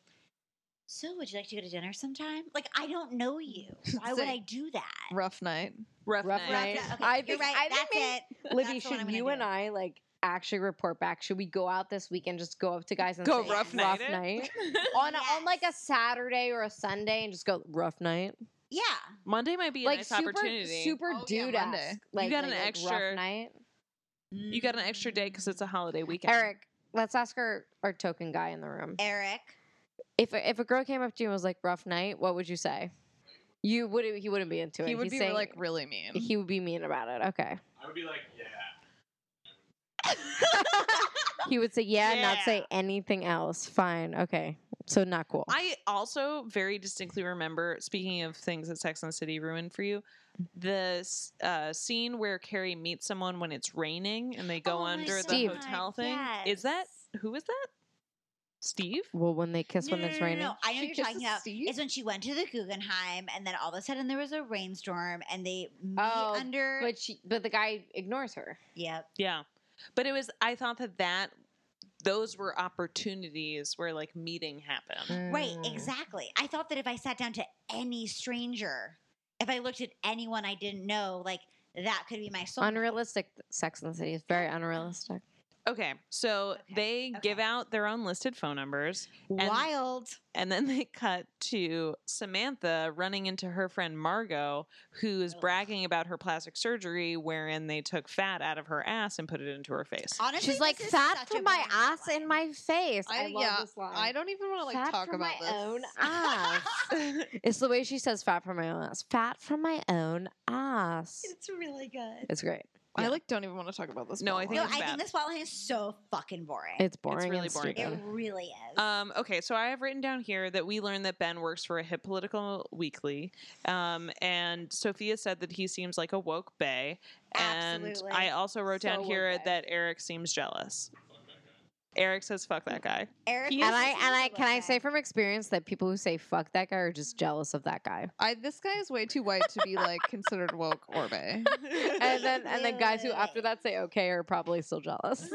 Speaker 4: So would you like to go to dinner sometime? Like I don't know you. Why would
Speaker 3: Say-
Speaker 4: I do that?
Speaker 3: Rough night.
Speaker 1: rough,
Speaker 2: rough
Speaker 1: night.
Speaker 2: night.
Speaker 4: Right. Okay,
Speaker 2: I
Speaker 4: you're
Speaker 2: think-
Speaker 4: right.
Speaker 2: I think
Speaker 4: That's
Speaker 2: maybe-
Speaker 4: it.
Speaker 2: Libby,
Speaker 4: That's the one I'm
Speaker 2: should
Speaker 4: gonna
Speaker 2: you
Speaker 4: do.
Speaker 2: and I like actually report back? Should we go out this weekend? Just go up to guys and
Speaker 1: Go
Speaker 2: say,
Speaker 1: rough night it?
Speaker 2: night? on a- on like a Saturday or a Sunday and just go rough night.
Speaker 4: Yeah.
Speaker 1: Monday might be a
Speaker 2: like
Speaker 1: nice
Speaker 2: super
Speaker 1: opportunity.
Speaker 2: super
Speaker 3: Oh, yeah,
Speaker 2: dude
Speaker 3: Monday.
Speaker 2: Like
Speaker 1: got
Speaker 2: like,
Speaker 1: an
Speaker 2: like,
Speaker 1: extra-
Speaker 2: rough night.
Speaker 1: you got an extra day because it's a holiday weekend.
Speaker 2: Eric, let's ask our our token guy in the room.
Speaker 3: Eh.
Speaker 4: Mm. Eric.
Speaker 2: If a- if a girl came up to you and was like rough night, what would you say? You would he wouldn't be into it.
Speaker 3: He would
Speaker 2: He's
Speaker 3: be
Speaker 2: saying
Speaker 3: like really mean.
Speaker 2: he would be mean about it. Okay.
Speaker 5: I would be like, yeah.
Speaker 2: He would say yeah, not say
Speaker 1: Yeah.
Speaker 2: anything else. Fine. Okay. So not cool.
Speaker 1: I also very distinctly remember, speaking of things that Sex and the City ruined for you, the s- uh, scene where Carrie meets someone when it's raining and they go
Speaker 4: Oh my
Speaker 1: under
Speaker 2: Steve.
Speaker 1: the hotel thing. Is that who is that? Steve?
Speaker 2: well, when they kiss when it's raining.
Speaker 4: No, I know
Speaker 3: She
Speaker 4: what you're talking
Speaker 3: kisses
Speaker 4: about.
Speaker 3: Steve?
Speaker 4: Is when she went to the Guggenheim and then all of a sudden there was a rainstorm and they meet
Speaker 2: Oh,
Speaker 4: under.
Speaker 2: But she but the guy ignores her.
Speaker 4: yep.
Speaker 1: Yeah. But it was, I thought that that, those were opportunities where like meeting happened.
Speaker 4: Right,
Speaker 2: Mm.
Speaker 4: exactly. I thought that if I sat down to any stranger, if I looked at anyone I didn't know, like that could be my soul.
Speaker 2: Unrealistic. Sex and the City is very unrealistic.
Speaker 1: Okay, so
Speaker 4: Mm. Okay,
Speaker 1: they
Speaker 4: okay.
Speaker 1: give out their own listed phone numbers, And-
Speaker 4: Wild.
Speaker 1: and then they cut to Samantha running into her friend Margot, who is
Speaker 4: Ugh.
Speaker 1: bragging about her plastic surgery, wherein they took fat out of her ass and put it into her face.
Speaker 4: Honestly,
Speaker 2: She's like
Speaker 4: this is
Speaker 2: fat
Speaker 4: such
Speaker 2: for
Speaker 4: a
Speaker 2: my
Speaker 4: boring
Speaker 2: ass
Speaker 4: outline.
Speaker 2: and my face. I,
Speaker 3: I-
Speaker 2: love
Speaker 3: yeah,
Speaker 2: this line.
Speaker 3: I don't even want to like
Speaker 2: fat
Speaker 3: talk
Speaker 2: for
Speaker 3: about
Speaker 2: my
Speaker 3: this.
Speaker 2: own ass. it's the way she says "fat from my own ass." Fat from my own ass.
Speaker 4: It's really good.
Speaker 2: It's great.
Speaker 3: I
Speaker 2: Yeah.
Speaker 3: like don't even want to talk about this.
Speaker 1: No, I
Speaker 3: plot
Speaker 1: think
Speaker 4: No,
Speaker 3: line.
Speaker 1: it's
Speaker 4: I
Speaker 1: bad.
Speaker 4: think this plot line is so fucking boring.
Speaker 2: It's boring.
Speaker 1: really
Speaker 2: and
Speaker 1: boring.
Speaker 4: it
Speaker 2: stupid.
Speaker 4: really is.
Speaker 1: Um, okay, so I have written down here that we learned that Ben works for a hip political weekly, um, and Sophia said that he seems like a woke bay.
Speaker 4: Absolutely.
Speaker 1: And I also wrote
Speaker 2: So
Speaker 1: down
Speaker 2: woke
Speaker 1: here
Speaker 2: bae.
Speaker 1: that Eric seems jealous. Eric says, "Fuck that guy."
Speaker 4: Eric
Speaker 3: he
Speaker 4: is
Speaker 2: And I
Speaker 4: just
Speaker 2: and I
Speaker 4: evil
Speaker 2: can I
Speaker 4: guy.
Speaker 2: say from experience that people who say "fuck that guy" are just jealous of that guy.
Speaker 3: I, this guy is way too white to be like considered woke or bay.
Speaker 2: And then and then
Speaker 4: Wait,
Speaker 2: guys
Speaker 4: wait,
Speaker 2: who
Speaker 4: wait,
Speaker 2: after
Speaker 4: wait.
Speaker 2: that say "okay" are probably still jealous.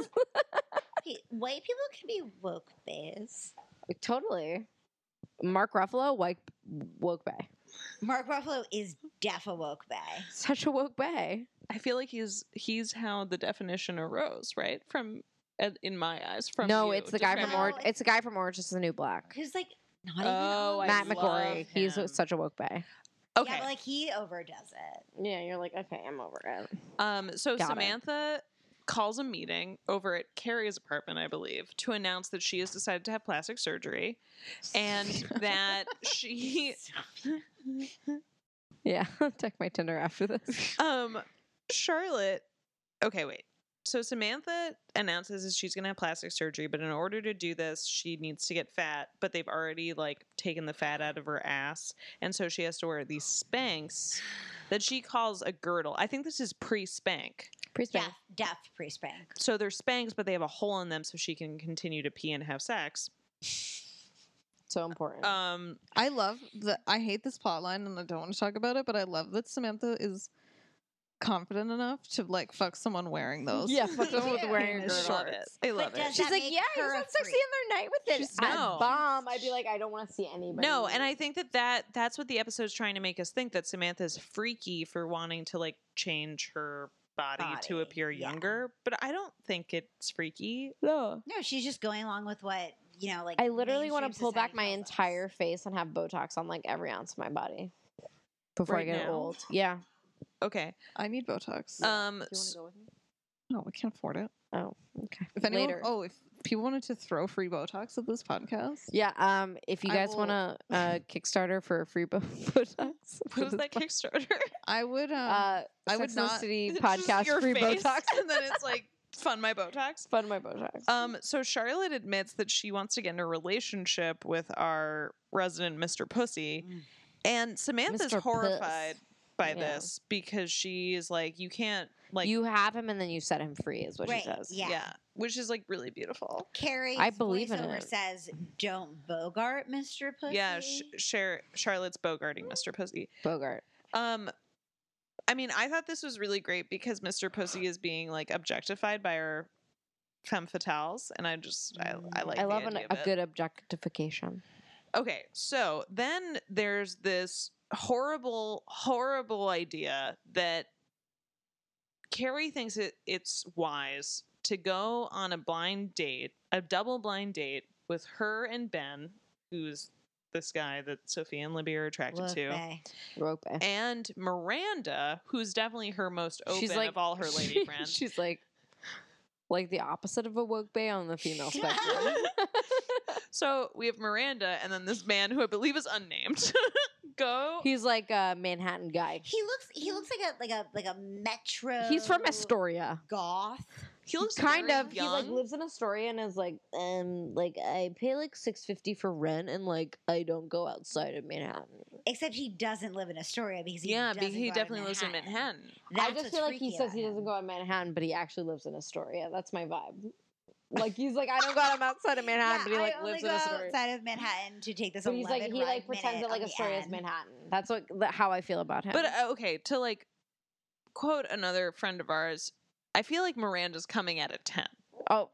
Speaker 4: Okay, white people can be woke bays.
Speaker 2: totally. Mark Ruffalo, woke woke bay,
Speaker 4: Mark Ruffalo is deaf a woke bay.
Speaker 2: such a woke bay.
Speaker 1: I feel like he's he's how the definition arose, right? From at- in my eyes, from
Speaker 2: no,
Speaker 1: you
Speaker 2: it's the guy from
Speaker 1: describing-
Speaker 4: Or-
Speaker 2: Orange. It's the guy from Orange is the New Black.
Speaker 4: Who's like not even
Speaker 1: Oh,
Speaker 4: on
Speaker 1: I
Speaker 2: Matt
Speaker 4: the-
Speaker 1: love
Speaker 2: McGorry. He's
Speaker 1: him.
Speaker 2: such a woke bay.
Speaker 1: Okay,
Speaker 4: Yeah, but like he overdoes it.
Speaker 2: Yeah, you're like, okay, I'm over it.
Speaker 1: Um, so
Speaker 2: Got it.
Speaker 1: Samantha calls a meeting over at Carrie's apartment, I believe, to announce that she has decided to have plastic surgery and that she
Speaker 2: Yeah, check my Tinder after this.
Speaker 1: um Charlotte Okay, wait. So Samantha announces that she's going to have plastic surgery, but in order to do this, she needs to get fat, but they've already like taken the fat out of her ass, and so she has to wear these spanks that she calls a girdle. I think this is pre-spank.
Speaker 2: Pretty
Speaker 4: Deaf,
Speaker 2: yeah.
Speaker 4: deaf priest bank.
Speaker 1: so they're spanks, but they have a hole in them so she can continue to pee and have sex.
Speaker 2: so important.
Speaker 1: Um,
Speaker 3: I love that. I hate this plot line and I don't want to talk about it, but I love that Samantha is confident enough to like fuck someone wearing those.
Speaker 2: yeah, fuck them with
Speaker 4: Yeah.
Speaker 2: wearing
Speaker 1: I
Speaker 2: a
Speaker 1: love
Speaker 2: girdle.
Speaker 1: it. I love it.
Speaker 4: does
Speaker 2: She's
Speaker 4: that
Speaker 2: like,
Speaker 4: make
Speaker 2: yeah, he
Speaker 4: her
Speaker 2: was
Speaker 4: a
Speaker 2: on sexy
Speaker 4: freak?"
Speaker 2: in their night with it.
Speaker 1: She's
Speaker 2: I'd
Speaker 1: not.
Speaker 2: bomb. I'd be like, I don't want to see anybody.
Speaker 1: No, and I think that, that that's what the episode's trying to make us think that Samantha's freaky for wanting to like change her body, to
Speaker 4: Body,
Speaker 1: appear
Speaker 4: yeah.
Speaker 1: younger, but I don't think it's freaky.
Speaker 2: no.
Speaker 4: No, she's just going along with what you know. Like
Speaker 2: I literally want to
Speaker 4: mainstream
Speaker 2: pull back my
Speaker 4: society tells us.
Speaker 2: entire face and have Botox on like every ounce of my body before
Speaker 1: Right
Speaker 2: I get
Speaker 1: now?
Speaker 2: old. Yeah.
Speaker 1: Okay.
Speaker 3: I need Botox.
Speaker 1: Um, s-
Speaker 2: go with me?
Speaker 3: no, I can't afford it.
Speaker 2: Uh, Oh, okay.
Speaker 3: If anyone,
Speaker 2: Later.
Speaker 3: oh, if people wanted to throw free Botox at this podcast,
Speaker 2: Yeah. Um, if you
Speaker 3: I
Speaker 2: guys
Speaker 3: will-
Speaker 2: want to uh, Kickstarter for a free bo- Botox,
Speaker 1: what was that Kickstarter?
Speaker 3: I would. Um,
Speaker 2: Uh,
Speaker 3: I
Speaker 2: I
Speaker 3: would
Speaker 2: would not
Speaker 3: not-
Speaker 2: City
Speaker 1: It's just
Speaker 2: podcast
Speaker 1: your
Speaker 2: free
Speaker 1: face,
Speaker 2: Botox.
Speaker 1: and then it's like fund my Botox.
Speaker 2: Fund my Botox.
Speaker 1: Um, so Charlotte admits that she wants to get in a relationship with our resident Mr. Pussy,
Speaker 4: Mm.
Speaker 1: and Samantha's
Speaker 2: Mr. Puss.
Speaker 1: horrified by
Speaker 2: Yeah.
Speaker 1: this because she is like, you can't like,
Speaker 2: you have him and then you set him free, is what
Speaker 4: Right,
Speaker 2: she says.
Speaker 1: yeah.
Speaker 4: Yeah.
Speaker 1: which is like really beautiful.
Speaker 4: Carrie's
Speaker 2: I believe in
Speaker 4: voiceover
Speaker 2: it.
Speaker 4: says, "Don't bogart, Mister Pussy."
Speaker 1: Yeah, sh- Char- Charlotte's bogarting Mr. Pussy.
Speaker 2: Bogart.
Speaker 1: Um, I mean, I thought this was really great because Mr. Pussy is being like objectified by her femme fatales, and I just I, I
Speaker 4: Mm.
Speaker 1: like
Speaker 2: I
Speaker 1: the
Speaker 2: love an,
Speaker 1: idea
Speaker 2: a
Speaker 1: of it.
Speaker 2: good objectification.
Speaker 1: Okay, so then there's this horrible, horrible idea that Carrie thinks it, it's wise to go on a blind date, a double blind date with her and Ben, who's this guy that Sophie and Libby are attracted
Speaker 4: Look,
Speaker 1: to,
Speaker 4: bae.
Speaker 2: Rope. eh.
Speaker 1: and Miranda, who's definitely her most open
Speaker 2: she's like
Speaker 1: of all her lady
Speaker 2: she-
Speaker 1: friends.
Speaker 2: She's like like the opposite of a woke bay on the female spectrum.
Speaker 1: so we have Miranda, and then this man who I believe is unnamed. go.
Speaker 2: He's like a Manhattan guy.
Speaker 4: He looks. He looks like a like a like a metro.
Speaker 2: He's from Astoria.
Speaker 4: Goth.
Speaker 1: He looks
Speaker 2: kind
Speaker 1: very
Speaker 2: of.
Speaker 1: young.
Speaker 2: He like lives in Astoria and is like, um, like I pay like six fifty for rent and like I don't go outside of Manhattan.
Speaker 4: Except he doesn't live in Astoria because he
Speaker 1: yeah,
Speaker 4: doesn't
Speaker 1: because he
Speaker 4: go out of
Speaker 1: definitely lives in Manhattan.
Speaker 4: That's
Speaker 2: I just
Speaker 4: what's
Speaker 2: feel like he
Speaker 4: freaky
Speaker 2: says
Speaker 4: about
Speaker 2: he
Speaker 4: him.
Speaker 2: doesn't go out of Manhattan, but he actually lives in Astoria. That's my vibe. Like he's like, I don't go out I'm outside of Manhattan, but he
Speaker 4: I
Speaker 2: like
Speaker 4: only
Speaker 2: lives
Speaker 4: go
Speaker 2: in Astoria.
Speaker 4: outside of Manhattan to take this.
Speaker 2: But he's like, he like pretends that like Astoria is Manhattan. That's what the, how I feel about him.
Speaker 1: But uh, okay, to like quote another friend of ours, I feel like Miranda's coming out at ten.
Speaker 2: oh,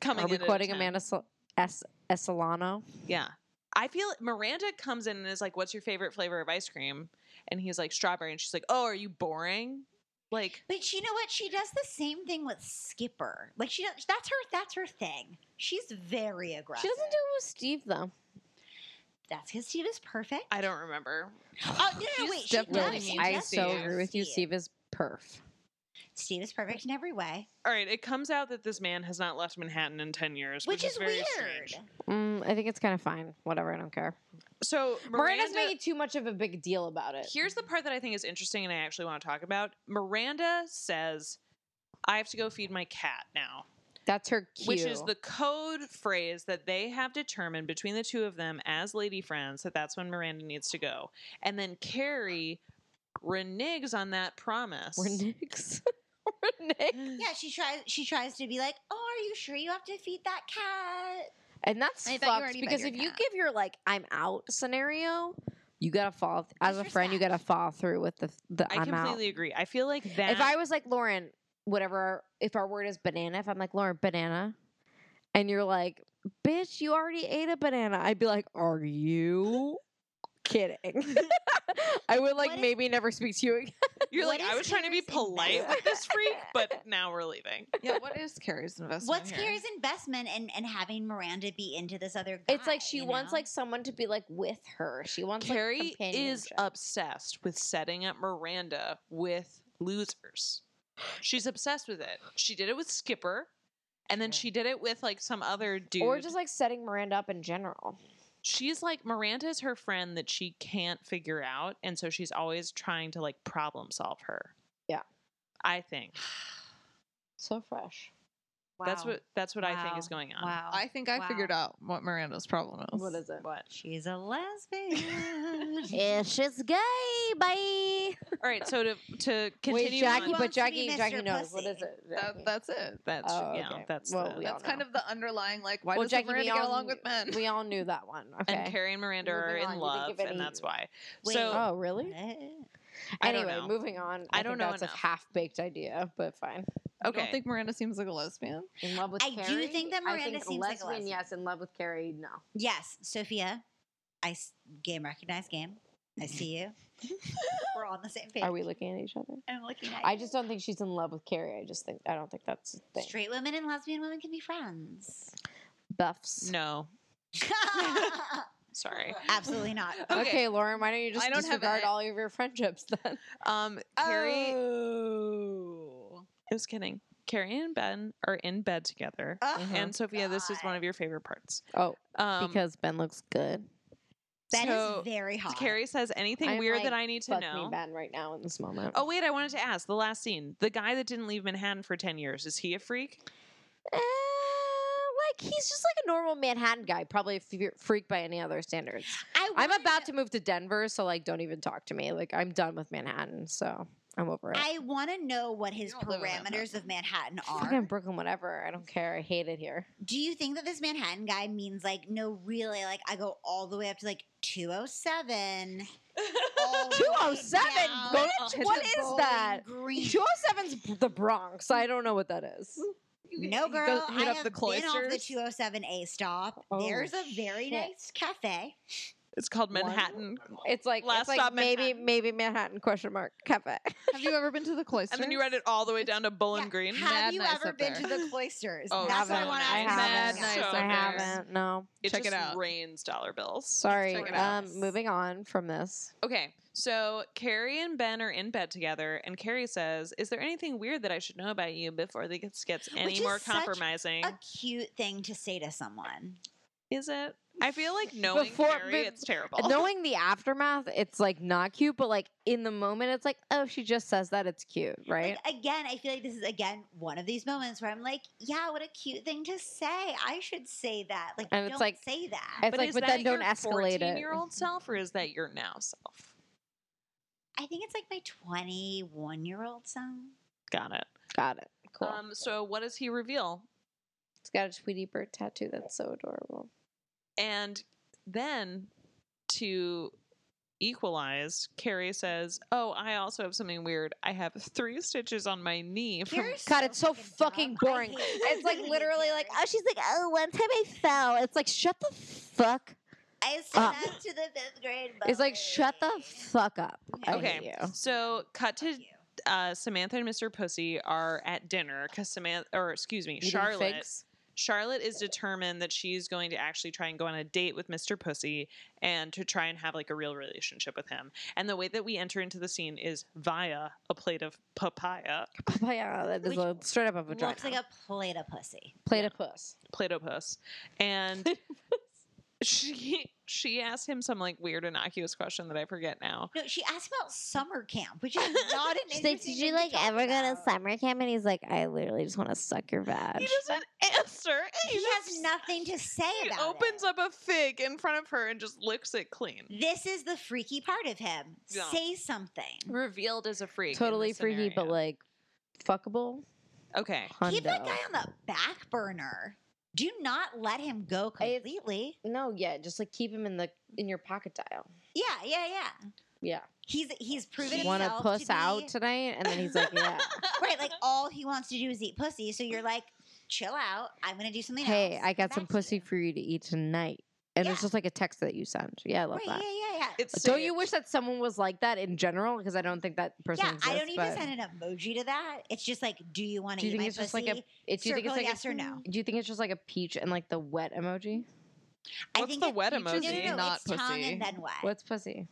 Speaker 1: Coming
Speaker 2: Are we
Speaker 1: in at
Speaker 2: quoting
Speaker 1: 10.
Speaker 2: Amanda Sol- S. Esolano?
Speaker 1: Yeah. I feel Miranda comes in and is like, "What's your favorite flavor of ice cream?" And he's like, "Strawberry." And she's like, "Oh, are you boring?" Like
Speaker 4: But you know what? She does the same thing with Skipper. Like she does, that's her that's her thing. She's very aggressive.
Speaker 2: She doesn't do it with Steve though.
Speaker 4: That's because Steve is perfect.
Speaker 1: I don't remember.
Speaker 4: Oh no, no,
Speaker 1: She's
Speaker 4: wait. She
Speaker 1: definitely
Speaker 4: does. She
Speaker 1: mean
Speaker 2: I
Speaker 4: does
Speaker 2: so
Speaker 4: do
Speaker 2: agree with you. Steve is perf.
Speaker 4: Steve is perfect in every way,
Speaker 1: All right, it comes out that this man has not left Manhattan in ten years, which,
Speaker 4: which, is,
Speaker 1: very
Speaker 4: weird.
Speaker 1: strange.
Speaker 2: Mm, I think it's kind of fine. Whatever, I don't care.
Speaker 1: So
Speaker 2: Miranda's
Speaker 1: Miranda,
Speaker 2: making too much of a big deal about it. Mm-hmm.
Speaker 1: here's the part that I think is interesting, and I actually want to talk about. Miranda says, "I have to go feed my cat now."
Speaker 2: That's her cue.
Speaker 1: which is the code phrase that they have determined between the two of them as lady friends that that's when Miranda needs to go. And then Carrie reneges on that promise.
Speaker 2: we're Nick's. we're Nick.
Speaker 4: Yeah, she tries. She tries to be like, "Oh, are you sure you have to feed that cat?"
Speaker 2: And that's
Speaker 5: I thought you
Speaker 2: fucked
Speaker 5: already met
Speaker 2: because
Speaker 5: your
Speaker 2: if you
Speaker 5: cat.
Speaker 2: give your like I'm out scenario, you gotta fall as a
Speaker 4: There's
Speaker 2: friend. You
Speaker 4: respect.
Speaker 2: gotta fall through with the the
Speaker 1: I
Speaker 2: I'm out.
Speaker 1: completely agree. I feel like that.
Speaker 2: If I was like Lauren, whatever, our, if our word is banana, if I'm like Lauren, banana, and you're like, bitch, you already ate a banana, I'd be like, are you kidding? I would like
Speaker 4: What if-
Speaker 2: maybe never speak to you again.
Speaker 1: you're
Speaker 4: what
Speaker 1: like, I
Speaker 4: is
Speaker 1: was trying to be
Speaker 4: Carrie's
Speaker 1: polite with this freak, but now we're leaving.
Speaker 3: Yeah, what is Carrie's investment?
Speaker 4: What's
Speaker 3: here?
Speaker 4: Carrie's investment in, in having Miranda be into this other guy?
Speaker 2: It's like she
Speaker 4: you
Speaker 2: wants
Speaker 4: know?
Speaker 2: like someone to be like with her. She wants
Speaker 1: Carrie
Speaker 2: like,
Speaker 1: is
Speaker 2: companionship.
Speaker 1: obsessed with setting up Miranda with losers. She's obsessed with it. She did it with Skipper, and then
Speaker 4: Yeah.
Speaker 1: she did it with like some other dude.
Speaker 2: or just like setting Miranda up in general.
Speaker 1: she's like Miranda's her friend that she can't figure out, and so she's always trying to like problem solve her.
Speaker 2: Yeah.
Speaker 1: I think
Speaker 2: So fresh.
Speaker 1: that's
Speaker 4: Wow.
Speaker 1: what that's what I think is
Speaker 4: Wow.
Speaker 1: going on.
Speaker 4: Wow.
Speaker 3: I think I
Speaker 4: Wow.
Speaker 3: figured out what Miranda's problem is.
Speaker 2: What is it?
Speaker 1: What?
Speaker 4: She's a lesbian.
Speaker 2: It's just gay, bye.
Speaker 1: All right, so to to continue,
Speaker 2: Wait, Jackie,
Speaker 1: on-
Speaker 2: but
Speaker 4: wants to be
Speaker 2: Jackie, Jackie
Speaker 4: Mr.
Speaker 2: knows what is
Speaker 4: Pussy.
Speaker 2: it? Jackie?
Speaker 3: That, that's it.
Speaker 1: that's
Speaker 2: Oh,
Speaker 1: yeah,
Speaker 2: okay.
Speaker 1: that's
Speaker 2: Well,
Speaker 1: the-
Speaker 2: we all
Speaker 3: That's kind
Speaker 2: know.
Speaker 3: of the underlying like why
Speaker 2: well,
Speaker 3: does
Speaker 2: Jackie, we
Speaker 3: Miranda
Speaker 2: all
Speaker 3: get along
Speaker 2: knew-
Speaker 3: with men?
Speaker 2: We all knew that one. Okay.
Speaker 1: and Carrie and Miranda are
Speaker 2: Moving
Speaker 1: in
Speaker 2: on, you didn't
Speaker 1: love,
Speaker 2: give
Speaker 1: and
Speaker 2: any-
Speaker 1: that's why.
Speaker 4: Wait.
Speaker 1: so
Speaker 2: oh, really?
Speaker 4: What?
Speaker 1: I don't
Speaker 2: Anyway,
Speaker 1: know.
Speaker 2: moving on.
Speaker 1: I
Speaker 2: I,
Speaker 1: don't
Speaker 2: don't
Speaker 1: know
Speaker 2: That's
Speaker 1: enough.
Speaker 2: a half baked idea, but fine.
Speaker 1: okay,
Speaker 3: I don't think Miranda seems like a lesbian.
Speaker 2: In love with
Speaker 4: I do
Speaker 2: Carrie.
Speaker 4: think that
Speaker 2: I
Speaker 4: Miranda
Speaker 2: think
Speaker 4: seems like a
Speaker 2: lesbian,
Speaker 4: lesbian.
Speaker 2: yes. In love with Carrie, no.
Speaker 4: Yes, Sophia. I s- game recognize game. I see you. We're all on the same page.
Speaker 2: Are we looking at each other?
Speaker 4: I'm looking at
Speaker 2: I
Speaker 4: you.
Speaker 2: just don't think she's in love with Carrie. I just think I don't think that's a thing.
Speaker 4: Straight women and lesbian women can be friends.
Speaker 2: Buffs.
Speaker 1: no, sorry.
Speaker 4: Absolutely not.
Speaker 2: Okay.
Speaker 1: Okay.
Speaker 2: Lauren, why don't you just
Speaker 3: I don't have
Speaker 2: disregard
Speaker 3: a-
Speaker 2: all of your friendships then?
Speaker 4: Uh,
Speaker 1: Um, Carrie,
Speaker 3: Oh.
Speaker 1: I was kidding. Carrie and Ben are in bed together,
Speaker 4: Oh,
Speaker 2: Mhm.
Speaker 1: and Sophia, this is one
Speaker 4: God.
Speaker 1: of your favorite parts.
Speaker 2: Oh,
Speaker 1: Um,
Speaker 2: because Ben looks good.
Speaker 4: Ben
Speaker 1: so-
Speaker 4: is very hot.
Speaker 1: Carrie says anything
Speaker 2: I'm
Speaker 1: weird
Speaker 2: like,
Speaker 1: that I need to
Speaker 2: Fuck
Speaker 1: know.
Speaker 2: me, Ben, right now in this moment.
Speaker 1: Oh wait, I wanted to ask the last scene. The guy that didn't leave Manhattan for ten years is he a freak?
Speaker 2: Uh, like he's just like a normal Manhattan guy, probably a fe- freak by any other standards.
Speaker 4: I
Speaker 2: I'm
Speaker 4: wanna
Speaker 2: about
Speaker 4: know-
Speaker 2: to move to Denver, so like, don't even talk to me. Like, I'm done with Manhattan, so I'm over it.
Speaker 4: I want to know what his
Speaker 3: You don't live in
Speaker 4: parameters of Manhattan
Speaker 2: Fucking
Speaker 4: are.
Speaker 2: Brooklyn, whatever. I don't care. I hate it here.
Speaker 4: Do you think that this Manhattan guy means like no, really? Like I go all the way up to like 207. all the way
Speaker 2: 207?
Speaker 4: down
Speaker 2: Go-
Speaker 4: to
Speaker 2: what
Speaker 4: the
Speaker 2: is
Speaker 4: Bowling
Speaker 2: that?
Speaker 4: Green.
Speaker 2: 207's the Bronx. I don't know what that is.
Speaker 4: No,
Speaker 3: You go
Speaker 4: girl.
Speaker 3: hit
Speaker 4: I
Speaker 3: up
Speaker 4: have
Speaker 3: the
Speaker 4: been off the
Speaker 3: cloisters.
Speaker 4: 207A stop.
Speaker 2: Oh,
Speaker 4: There's a very
Speaker 2: shit.
Speaker 4: nice cafe.
Speaker 1: It's called
Speaker 2: One?
Speaker 1: Manhattan,
Speaker 2: It's like
Speaker 1: Last
Speaker 2: it's like
Speaker 1: stop,
Speaker 2: maybe
Speaker 1: Manhattan.
Speaker 2: maybe Manhattan question mark cafe.
Speaker 3: Have you ever been to the cloister?
Speaker 1: and then you read it all the way down to Bowling
Speaker 4: Yeah,
Speaker 1: Green.
Speaker 4: Have
Speaker 3: Mad
Speaker 4: you
Speaker 3: nice
Speaker 4: ever
Speaker 3: up
Speaker 4: been
Speaker 3: there.
Speaker 4: to the cloisters?
Speaker 1: Oh,
Speaker 4: That's what I
Speaker 1: so
Speaker 4: want to
Speaker 1: nice.
Speaker 4: ask.
Speaker 1: Mad
Speaker 2: haven't.
Speaker 1: nice
Speaker 2: I
Speaker 1: up there.
Speaker 2: haven't. No,
Speaker 1: It
Speaker 3: Check it
Speaker 1: just
Speaker 3: out.
Speaker 1: rains dollar bills.
Speaker 2: sorry.
Speaker 1: Check it out.
Speaker 2: Um, moving on from this.
Speaker 1: Okay, so Carrie and Ben are in bed together, and Carrie says, "Is there anything weird that I should know about you before this gets any
Speaker 4: is
Speaker 1: more
Speaker 4: such a-
Speaker 1: compromising?"
Speaker 4: A cute thing to say to someone.
Speaker 1: is it? I feel like knowing
Speaker 2: Before-
Speaker 1: Carrie,
Speaker 2: be-
Speaker 1: it's terrible.
Speaker 2: Knowing the aftermath, it's like not cute, but like in the moment, it's like, oh, she just says that. It's cute, right?
Speaker 4: Like, again, I feel like this is again one of these moments where I'm like, yeah, what a cute thing to say. I should say that. Like,
Speaker 2: And it's
Speaker 4: don't
Speaker 2: like-
Speaker 4: say that.
Speaker 2: it's like,
Speaker 1: is
Speaker 2: but then
Speaker 1: that
Speaker 2: don't escalate
Speaker 1: Your
Speaker 2: it.
Speaker 1: fourteen-year-old self, or is that your now self?
Speaker 4: I think it's like my 21 year old son.
Speaker 1: Got it.
Speaker 2: Got it. Cool.
Speaker 1: Um, so what does he reveal?
Speaker 2: it's got a Tweety Bird tattoo. That's so adorable.
Speaker 1: And then to equalize, Carrie says, "Oh, I also have something weird. I have three stitches on my knee." From-
Speaker 4: You're
Speaker 2: God, it's so fucking
Speaker 4: dumb. I
Speaker 2: boring.
Speaker 4: hate
Speaker 2: It's like
Speaker 4: you,
Speaker 2: literally
Speaker 4: dude.
Speaker 2: like, oh, she's like, oh, one time I fell. It's like, shut the fuck.
Speaker 4: I stood
Speaker 2: up.
Speaker 4: up to the fifth grade.
Speaker 2: It's Ah. like, shut the
Speaker 4: bully.
Speaker 2: fuck up. I
Speaker 1: okay,
Speaker 2: hate you.
Speaker 1: so cut to
Speaker 4: Fuck you.
Speaker 1: uh, Samantha and Mr. Pussy are at dinner because Samantha, or excuse me,
Speaker 2: Eating
Speaker 1: Charlotte.
Speaker 2: figs.
Speaker 1: Charlotte is determined that she's going to actually try and go on a date with Mr. Pussy and to try and have like a real relationship with him. And the way that we enter into the scene is via a plate of papaya,
Speaker 2: Papaya. Oh, That is
Speaker 4: Which
Speaker 2: a, straight up a vagina.
Speaker 4: Looks like a plate of pussy.
Speaker 2: plate of puss.
Speaker 1: Play-Doh puss. And she she asked him some like weird innocuous question that I forget now.
Speaker 4: No, she asked about summer camp, which is not an
Speaker 5: She's like,
Speaker 4: interesting
Speaker 5: did
Speaker 4: thing
Speaker 5: you
Speaker 4: to
Speaker 5: like
Speaker 4: talk
Speaker 5: ever go to
Speaker 4: about."
Speaker 5: summer camp? And he's like, I literally just want to suck your vag.
Speaker 1: He doesn't answer. and
Speaker 4: He has
Speaker 1: just-
Speaker 4: nothing to say
Speaker 1: He
Speaker 4: about
Speaker 1: opens
Speaker 4: it.
Speaker 1: up a fig in front of her and just licks it clean.
Speaker 4: This is the freaky part of him.
Speaker 1: Yeah.
Speaker 4: Say something.
Speaker 1: Revealed as a freak. in
Speaker 2: Totally
Speaker 1: this
Speaker 2: freaky, but
Speaker 1: scenario.
Speaker 2: like fuckable.
Speaker 1: okay.
Speaker 4: Keep that
Speaker 2: Hundo.
Speaker 4: guy on the back burner. Do not let him go
Speaker 2: I-
Speaker 4: completely.
Speaker 2: No, yeah, just like keep him in the in your pocket dial.
Speaker 4: yeah, yeah, yeah.
Speaker 2: Yeah.
Speaker 4: He's he's proven
Speaker 2: Want to
Speaker 4: himself
Speaker 2: puss
Speaker 4: to be,
Speaker 2: out tonight? And then he's like, yeah.
Speaker 4: right. Like all he wants to do is eat pussy. So you're like, chill out. I'm gonna do something
Speaker 2: hey,
Speaker 4: else.
Speaker 2: I got
Speaker 4: Back
Speaker 2: some
Speaker 4: to
Speaker 2: pussy
Speaker 4: you."
Speaker 2: for you to eat tonight. And it's
Speaker 4: Yeah.
Speaker 2: just like a text that you send. Yeah, I love
Speaker 4: Right,
Speaker 2: that.
Speaker 4: yeah, yeah, yeah.
Speaker 1: It's
Speaker 2: Don't
Speaker 1: saved.
Speaker 2: you wish that someone was like that in general? Because I don't think that person.
Speaker 4: Yeah,
Speaker 2: exists,
Speaker 4: I don't even
Speaker 2: but
Speaker 4: send an emoji to that. It's just like, do you want
Speaker 2: Do
Speaker 4: to
Speaker 2: you
Speaker 4: eat
Speaker 2: think
Speaker 4: my
Speaker 2: it's
Speaker 4: pussy?
Speaker 2: just like a? It, do you think it's
Speaker 4: e-, Circle
Speaker 2: like a-
Speaker 4: yes or no.
Speaker 2: Do you think it's just like a peach and like the wet emoji?
Speaker 4: I
Speaker 1: What's
Speaker 4: think
Speaker 1: the
Speaker 4: it-
Speaker 1: wet
Speaker 4: no, no,
Speaker 1: emoji?
Speaker 4: no, no,
Speaker 3: Not
Speaker 4: it's tongue
Speaker 3: pussy.
Speaker 4: and then wet.
Speaker 2: What's pussy?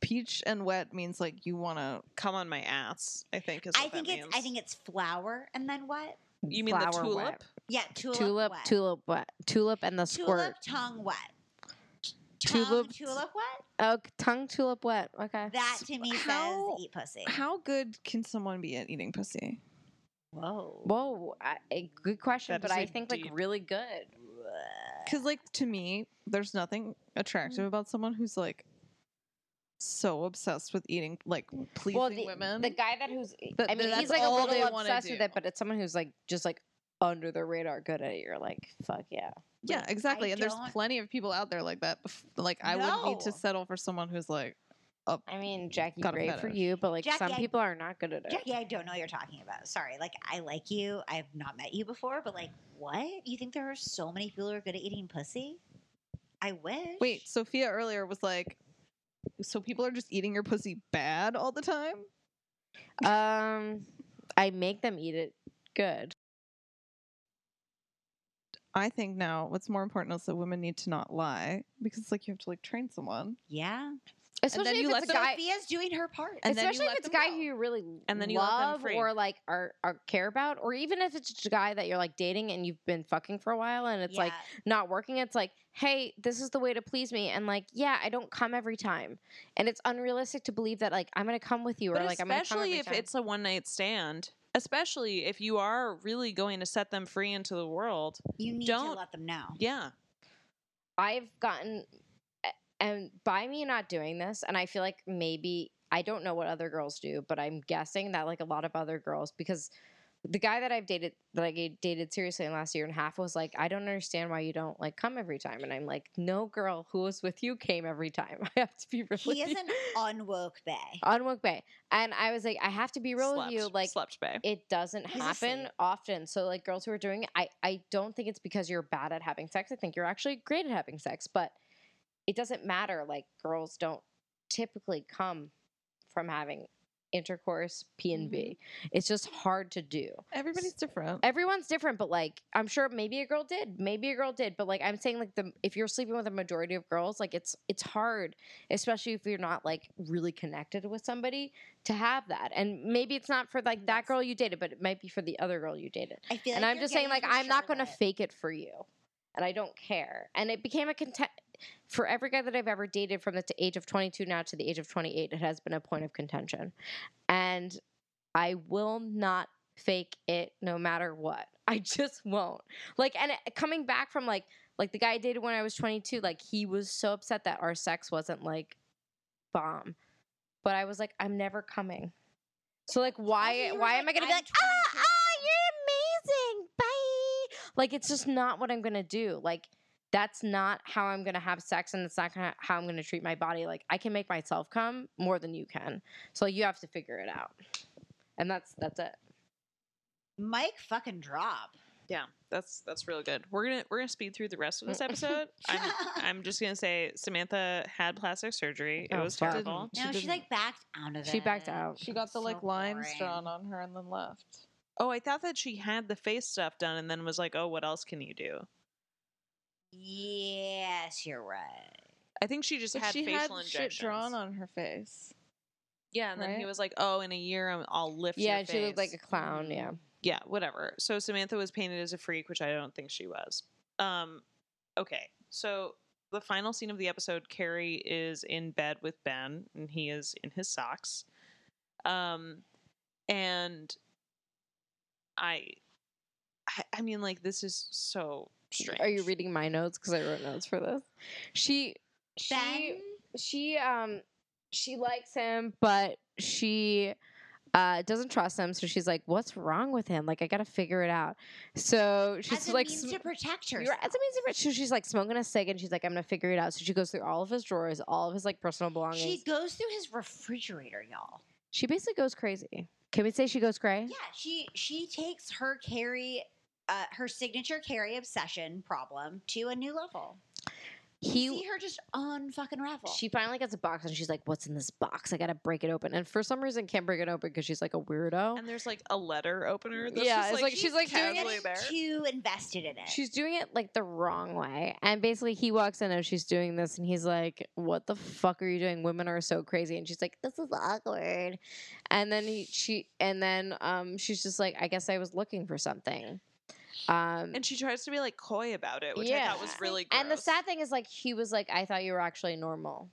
Speaker 3: Peach and wet means like you want
Speaker 2: Um,
Speaker 3: to.
Speaker 1: Come on my ass, I think is
Speaker 4: I
Speaker 1: what that
Speaker 4: think it's I
Speaker 1: means.
Speaker 4: think it's flower and then wet.
Speaker 1: you mean the
Speaker 2: flower
Speaker 1: tulip?
Speaker 2: wet.
Speaker 4: Yeah, tulip,
Speaker 2: Tulip,
Speaker 4: wet.
Speaker 2: tulip, wet. Tulip and the
Speaker 4: tulip,
Speaker 2: squirt.
Speaker 4: tongue wet. Tongue,
Speaker 2: Tulip-
Speaker 4: tulip, tulip wet.
Speaker 2: Oh, tongue tulip wet. Okay.
Speaker 4: That to me
Speaker 3: How-
Speaker 4: says eat pussy.
Speaker 3: How good can someone be at eating pussy?
Speaker 4: Whoa.
Speaker 2: Whoa, I, a good question,
Speaker 1: That
Speaker 2: but
Speaker 1: is
Speaker 2: I
Speaker 1: a
Speaker 2: think
Speaker 1: deep-
Speaker 2: like really good.
Speaker 3: Because like to me, there's nothing
Speaker 2: Mm.
Speaker 3: attractive about someone who's like so obsessed with eating, like pleasing
Speaker 2: the,
Speaker 1: Um,
Speaker 3: women.
Speaker 2: the guy that who's
Speaker 3: That-
Speaker 2: I mean,
Speaker 3: that's
Speaker 2: he's like a
Speaker 3: all they
Speaker 2: little
Speaker 3: wanna
Speaker 2: obsessed with
Speaker 3: do.
Speaker 2: it, but it's someone who's like just like under the radar good at it. You're like, fuck yeah.
Speaker 3: yeah, exactly. and there's
Speaker 4: don't-
Speaker 3: plenty of people out there like that. Bef- Like I would need to
Speaker 4: No.
Speaker 3: settle for someone who's like, up.
Speaker 2: I mean, Jackie,
Speaker 3: Got a
Speaker 2: great for
Speaker 3: fetish.
Speaker 2: you, but like
Speaker 4: Jackie,
Speaker 2: some
Speaker 4: I-
Speaker 2: people are not good at it.
Speaker 4: Jackie, I don't know what you're talking about. Sorry. Like I like you. I've not met you before, but like what? You think there are so many people who are good at eating pussy? I wish.
Speaker 3: Wait, Sophia earlier was like, so people are just eating your pussy bad all the time.
Speaker 2: Um, I make them eat it good.
Speaker 3: I think now what's more important is that women need to not lie because it's like you have to like train someone.
Speaker 4: Yeah.
Speaker 2: Especially
Speaker 3: you
Speaker 2: if
Speaker 3: let
Speaker 2: it's a
Speaker 3: them-
Speaker 2: guy.
Speaker 4: Sophia's doing her part.
Speaker 3: And then you
Speaker 2: especially if
Speaker 3: let
Speaker 2: it's a
Speaker 3: them
Speaker 2: guy
Speaker 3: go.
Speaker 2: who you really
Speaker 1: And then you let them
Speaker 2: love
Speaker 1: free.
Speaker 2: or like are, are care about, or even if it's just a guy that you're like dating and you've been fucking for a while and it's like
Speaker 4: Yeah.
Speaker 2: not working, it's like, hey, this is the way to please me, and like, yeah, I don't come every time, and it's unrealistic to believe that like I'm gonna come with you or
Speaker 1: But
Speaker 2: like I'm gonna come
Speaker 1: especially
Speaker 2: every
Speaker 1: if
Speaker 2: time.
Speaker 1: it's a one night stand, especially if you are really going to set them free into the world.
Speaker 4: you need
Speaker 1: don't-
Speaker 4: to let them know.
Speaker 1: Yeah.
Speaker 2: I've gotten a- and by me not doing this, and I feel like maybe I don't know what other girls do, but I'm guessing that like a lot of other girls because the guy that I've dated that I ga- dated seriously in the last year and a half was like, I don't understand why you don't like come every time, and I'm like, no girl who was with you came every time. I have to be real.
Speaker 4: He
Speaker 2: with
Speaker 4: is
Speaker 2: you."
Speaker 4: an unwoke bay.
Speaker 2: on Wook Bay, and I was like, I have to be real
Speaker 1: slept,
Speaker 2: with you, like.
Speaker 1: slept bay.
Speaker 2: It doesn't
Speaker 4: He's
Speaker 2: happen
Speaker 4: asleep.
Speaker 2: often. So, like girls who are doing it, I, I don't think it's because you're bad at having sex. I think you're actually great at having sex, but it doesn't matter. Like girls don't typically come from having intercourse P and B. It's just hard to do.
Speaker 3: Everybody's different.
Speaker 2: Everyone's different, but like I'm sure maybe a girl did, maybe a girl did, but like I'm saying, like the if you're sleeping with a majority of girls, like it's it's hard, especially if you're not like really connected with somebody to have that. And maybe it's not for like that
Speaker 4: Yes.
Speaker 2: girl you dated, but it might be for the other girl you dated.
Speaker 4: I feel
Speaker 2: and
Speaker 4: like
Speaker 2: I'm
Speaker 4: you're
Speaker 2: just saying,
Speaker 4: getting
Speaker 2: like
Speaker 4: to
Speaker 2: I'm not going to
Speaker 4: Charlotte.
Speaker 2: fake it for you, and I don't care. And it became a content for every guy that I've ever dated from the t- age of 22 now to the age of 28. It has been a point of contention, and I will not fake it no matter what. I just won't. Like, and it, coming back from like like the guy I dated when I was 22, like he was so upset that our sex wasn't like bomb, but I was like, I'm never coming. So like
Speaker 4: Also,
Speaker 2: why
Speaker 4: you were
Speaker 2: why
Speaker 4: like,
Speaker 2: am I gonna be
Speaker 4: "I'm
Speaker 2: like ah
Speaker 4: 22."
Speaker 2: ah you're amazing bye like it's just not what I'm gonna do like that's not how I'm gonna have sex and it's not gonna, how I'm gonna treat my body like I can make myself come more than you can so you have to figure it out and that's that's it
Speaker 4: Mike fucking drop.
Speaker 1: Yeah, that's that's really good. We're gonna we're gonna speed through the rest of this
Speaker 2: Mm.
Speaker 1: episode. I'm I'm just gonna say Samantha had plastic surgery. It
Speaker 2: Oh,
Speaker 1: was
Speaker 2: fuck.
Speaker 1: terrible.
Speaker 3: Didn't.
Speaker 4: no, she,
Speaker 3: didn't.
Speaker 4: like backed out of it.
Speaker 2: She backed out.
Speaker 3: She got the
Speaker 4: So
Speaker 3: like lines
Speaker 4: boring.
Speaker 3: drawn on her and then left.
Speaker 1: Oh, I thought that she had the face stuff done and then was like, oh, what else can you do?
Speaker 4: Yes, you're right.
Speaker 1: I think she just
Speaker 3: But
Speaker 1: had
Speaker 3: she had
Speaker 1: facial injections.
Speaker 3: shit drawn on her face.
Speaker 1: yeah, and then he
Speaker 3: right?
Speaker 1: was like, oh, in a year I'm- I'll lift.
Speaker 2: yeah,
Speaker 1: your
Speaker 2: and she looked
Speaker 1: face." Mm-hmm.
Speaker 2: like a clown. Yeah.
Speaker 1: yeah, whatever. So Samantha was painted as a freak, which I don't think she was. Um, okay, so the final scene of the episode, Carrie is in bed with Ben, and he is in his socks. Um, and I, I, I mean, like this is so strange.
Speaker 2: Are you reading my notes? Because I wrote notes for this. She, she,
Speaker 4: Ben,
Speaker 2: she, um, she likes him, but she uh doesn't trust him. So she's like, "What's wrong with him? Like, I gotta figure it out." So she's
Speaker 4: as a
Speaker 2: like,
Speaker 4: means
Speaker 2: sm-
Speaker 4: to protect
Speaker 2: You're-
Speaker 4: herself.
Speaker 2: that's amazing. But she- she's like smoking a cig, and she's like, "I'm gonna figure it out." So she goes through all of his drawers, all of his like personal belongings.
Speaker 4: She
Speaker 2: She,
Speaker 4: goes through his refrigerator, y'all.
Speaker 2: basically goes crazy. Can we say she goes cray?
Speaker 4: Yeah, she she takes her carry, uh, her signature carry obsession problem to a new level.
Speaker 2: He.
Speaker 4: you see her just unfucking ravel.
Speaker 2: She finally gets a box and she's like, "What's in this box? I gotta break it open." And for some reason, can't break it open because she's like a weirdo.
Speaker 1: And there's like a letter opener. This
Speaker 2: Yeah,
Speaker 1: is,
Speaker 2: it's like she's, like, doing
Speaker 4: You're
Speaker 1: casually
Speaker 4: getting
Speaker 1: there.
Speaker 4: too invested in it.
Speaker 2: She's doing it like the wrong way. And basically, he walks in and she's doing this, and he's like, What the fuck are you doing? Women are so crazy. And she's like, This is awkward. And then he, she, and then um, she's just like, I guess I was looking for something. Um,
Speaker 1: And she tries to be like coy about it, which I thought was
Speaker 2: Yeah.
Speaker 1: really. Gross.
Speaker 2: and the sad thing is, like, he was like, I thought you were actually normal.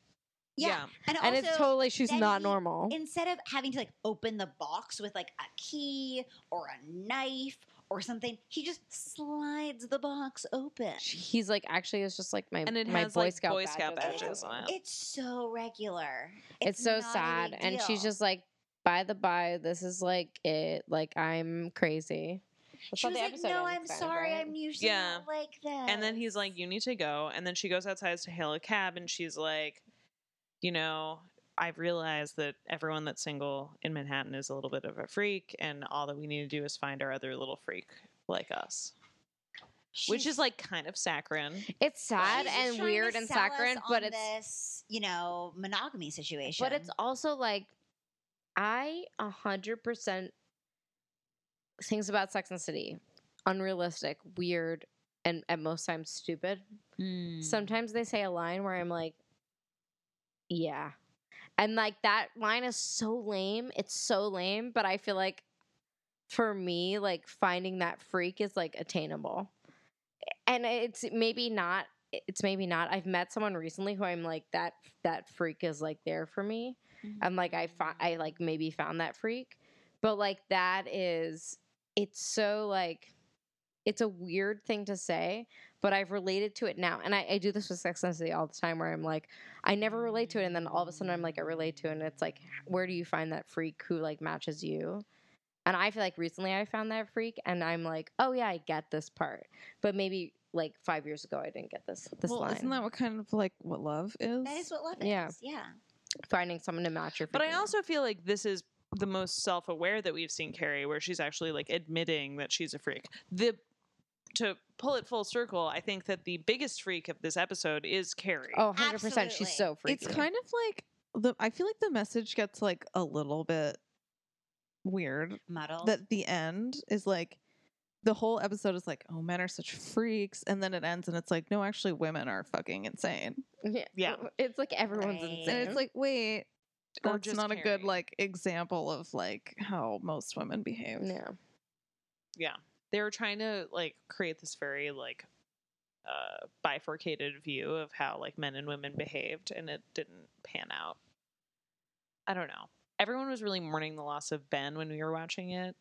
Speaker 4: yeah.
Speaker 1: yeah.
Speaker 4: and,
Speaker 2: and
Speaker 4: also,
Speaker 2: it's totally, she's
Speaker 4: then
Speaker 2: not
Speaker 4: he-
Speaker 2: normal.
Speaker 4: instead of having to like open the box with like a key or a knife or something, he just slides the box open.
Speaker 2: She- He's like, actually, it's just like my
Speaker 1: And it
Speaker 2: my
Speaker 1: has,
Speaker 2: Boy
Speaker 1: like,
Speaker 2: Scout
Speaker 1: Boy Scout
Speaker 2: badges
Speaker 1: badges on it.
Speaker 4: It's so regular.
Speaker 2: it's, so
Speaker 4: not a
Speaker 2: sad
Speaker 4: big
Speaker 2: and she's
Speaker 4: deal.
Speaker 2: just like by the by this is like it like i'm crazy That's
Speaker 4: she
Speaker 2: how
Speaker 4: was
Speaker 2: the
Speaker 4: like,
Speaker 2: episode
Speaker 4: "No,
Speaker 2: ends,
Speaker 4: I'm
Speaker 2: kind of,
Speaker 4: sorry.
Speaker 2: right?
Speaker 4: I'm usually
Speaker 1: Yeah.
Speaker 4: not like this."
Speaker 1: And then he's like, "You need to go." And then she goes outside to hail a cab, and she's like, "You know, I've realized that everyone that's single in Manhattan is a little bit of a freak, and all that we need to do is find our other little freak like us." Which
Speaker 4: She's-
Speaker 1: is like kind of saccharine.
Speaker 2: it's sad
Speaker 4: she's
Speaker 2: and
Speaker 4: trying to
Speaker 2: weird and
Speaker 4: sell us
Speaker 2: saccharine but
Speaker 4: on
Speaker 2: it's
Speaker 4: this, you know, monogamy situation.
Speaker 2: but it's also like i 100% things about sex and the city unrealistic weird and at most times stupid
Speaker 4: Mm.
Speaker 2: sometimes they say a line where i'm like yeah and like that line is so lame it's so lame but i feel like for me like finding that freak is like attainable and it's maybe not it's maybe not i've met someone recently who i'm like that that freak is like there for me and like i found i like maybe found that freak but like that is it's so like it's a weird thing to say but i've related to it now and i, I do this with sex and the City all the time where i'm like i never relate to it and then all of a sudden i'm like i relate to it and it's like where do you find that freak who like matches you and i feel like recently i found that freak and i'm like oh yeah i get this part but maybe like five years ago i didn't get this this
Speaker 3: well,
Speaker 2: line
Speaker 3: isn't that what kind of like what love is?
Speaker 4: that is what love
Speaker 2: Yeah.
Speaker 4: is. Yeah.
Speaker 2: finding someone to match your
Speaker 1: But I
Speaker 2: freaking-
Speaker 1: also feel like this is the most self-aware that we've seen Carrie, where she's actually like admitting that she's a freak. The to pull it full circle, I think that the biggest freak of this episode is Carrie.
Speaker 2: oh 100% she's
Speaker 4: Absolutely.
Speaker 2: so freaky
Speaker 3: it's kind of like the I feel like the message gets like a little bit weird
Speaker 4: Muddle.
Speaker 3: that the end is like the whole episode is like, oh, men are such freaks, and then it ends, and it's like, no, actually, women are fucking insane.
Speaker 2: Yeah.
Speaker 1: Yeah.
Speaker 2: It's like everyone's
Speaker 4: Right. And
Speaker 2: insane.
Speaker 3: And it's like, wait,
Speaker 1: Or
Speaker 3: that's
Speaker 1: just
Speaker 3: not a good
Speaker 1: Carrie.
Speaker 3: like example of like how most women behave.
Speaker 2: yeah.
Speaker 1: they were trying to like create this very like uh bifurcated view of how like men and women behaved and it didn't pan out i don't know everyone was really mourning the loss of ben when we were watching it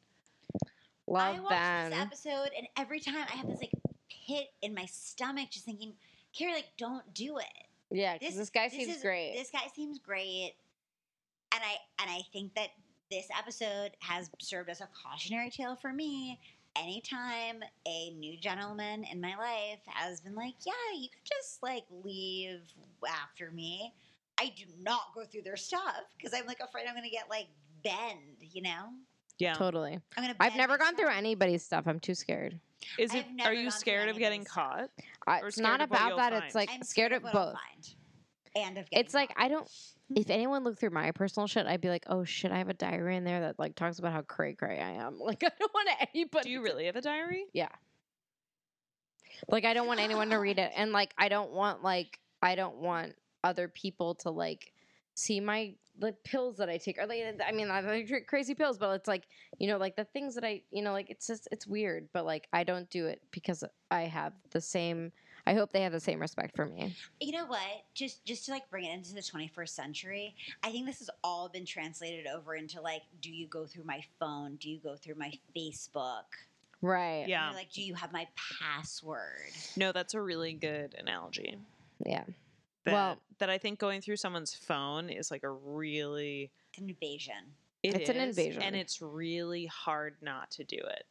Speaker 2: Love
Speaker 4: I watched
Speaker 2: Ben.
Speaker 4: this episode, and every time I have this like pit in my stomach, just thinking, Carrie, like, don't do it.
Speaker 2: yeah, 'cause
Speaker 4: this-
Speaker 2: this, guy
Speaker 4: this
Speaker 2: seems
Speaker 4: is-
Speaker 2: great.
Speaker 4: This guy seems great, and I and I think that this episode has served as a cautionary tale for me. Anytime a new gentleman in my life has been like, "Yeah, you could just like leave after me," I do not go through their stuff because I'm like afraid I'm going to get like bend, you know.
Speaker 1: Yeah.
Speaker 2: Totally.
Speaker 4: I'm gonna
Speaker 2: I've
Speaker 4: bed
Speaker 2: never gone
Speaker 4: myself.
Speaker 2: through anybody's stuff. I'm too scared.
Speaker 1: Is
Speaker 4: I've
Speaker 1: it? Are
Speaker 4: never
Speaker 1: you
Speaker 4: gone through
Speaker 1: scared
Speaker 4: any
Speaker 1: of
Speaker 4: of
Speaker 1: getting
Speaker 4: these.
Speaker 1: caught?
Speaker 2: I,
Speaker 1: Or
Speaker 2: it's
Speaker 1: scared
Speaker 2: not
Speaker 1: of what
Speaker 2: about
Speaker 1: you'll
Speaker 2: that.
Speaker 1: find.
Speaker 2: It's like
Speaker 4: I'm
Speaker 2: scared of
Speaker 4: what I'll
Speaker 2: both.
Speaker 4: find And of getting
Speaker 2: It's like
Speaker 4: caught.
Speaker 2: I don't. If anyone looked through my personal shit, I'd be like, "Oh shit, I have a diary in there that like talks about how cray cray I am." Like I don't want anybody.
Speaker 1: Do you
Speaker 2: to-
Speaker 1: really have a diary?
Speaker 2: Like I don't want anyone to read it, and like I don't want like I don't want other people to like see my the pills that I take. Or like I mean, I like drink crazy pills, but it's like you know, like the things that I you know, like it's just it's weird. But like I don't do it because I have the same. I hope they have the same respect for me.
Speaker 4: you know what just just to like bring it into the 21st century i think this has all been translated over into like do you go through my phone do you go through my facebook
Speaker 2: Right.
Speaker 4: And
Speaker 1: Yeah.
Speaker 4: you're like do you have my password
Speaker 1: No, that's a really good analogy.
Speaker 2: Yeah.
Speaker 1: That,
Speaker 2: Well-
Speaker 1: that I think going through someone's phone is like a really
Speaker 4: it's an invasion
Speaker 1: it
Speaker 2: It's an
Speaker 1: is,
Speaker 2: invasion.
Speaker 1: and it's really hard not to do it.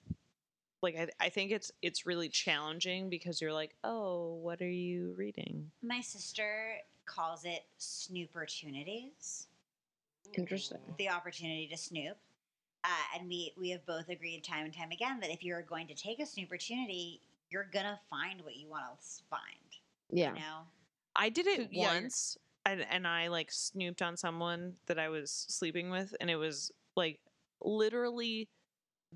Speaker 1: Like I, I think it's it's really challenging because you're like, oh, what are you reading?
Speaker 4: my sister calls it snoopertunities
Speaker 2: Interesting.
Speaker 4: the opportunity to snoop uh, and we we have both agreed time and time again that if you're going to take a snoopertunity you're gonna find what you want to find
Speaker 2: Yeah.
Speaker 4: you know
Speaker 1: I did it
Speaker 2: yeah, you're-
Speaker 1: once, and and I like snooped on someone that I was sleeping with, and it was like literally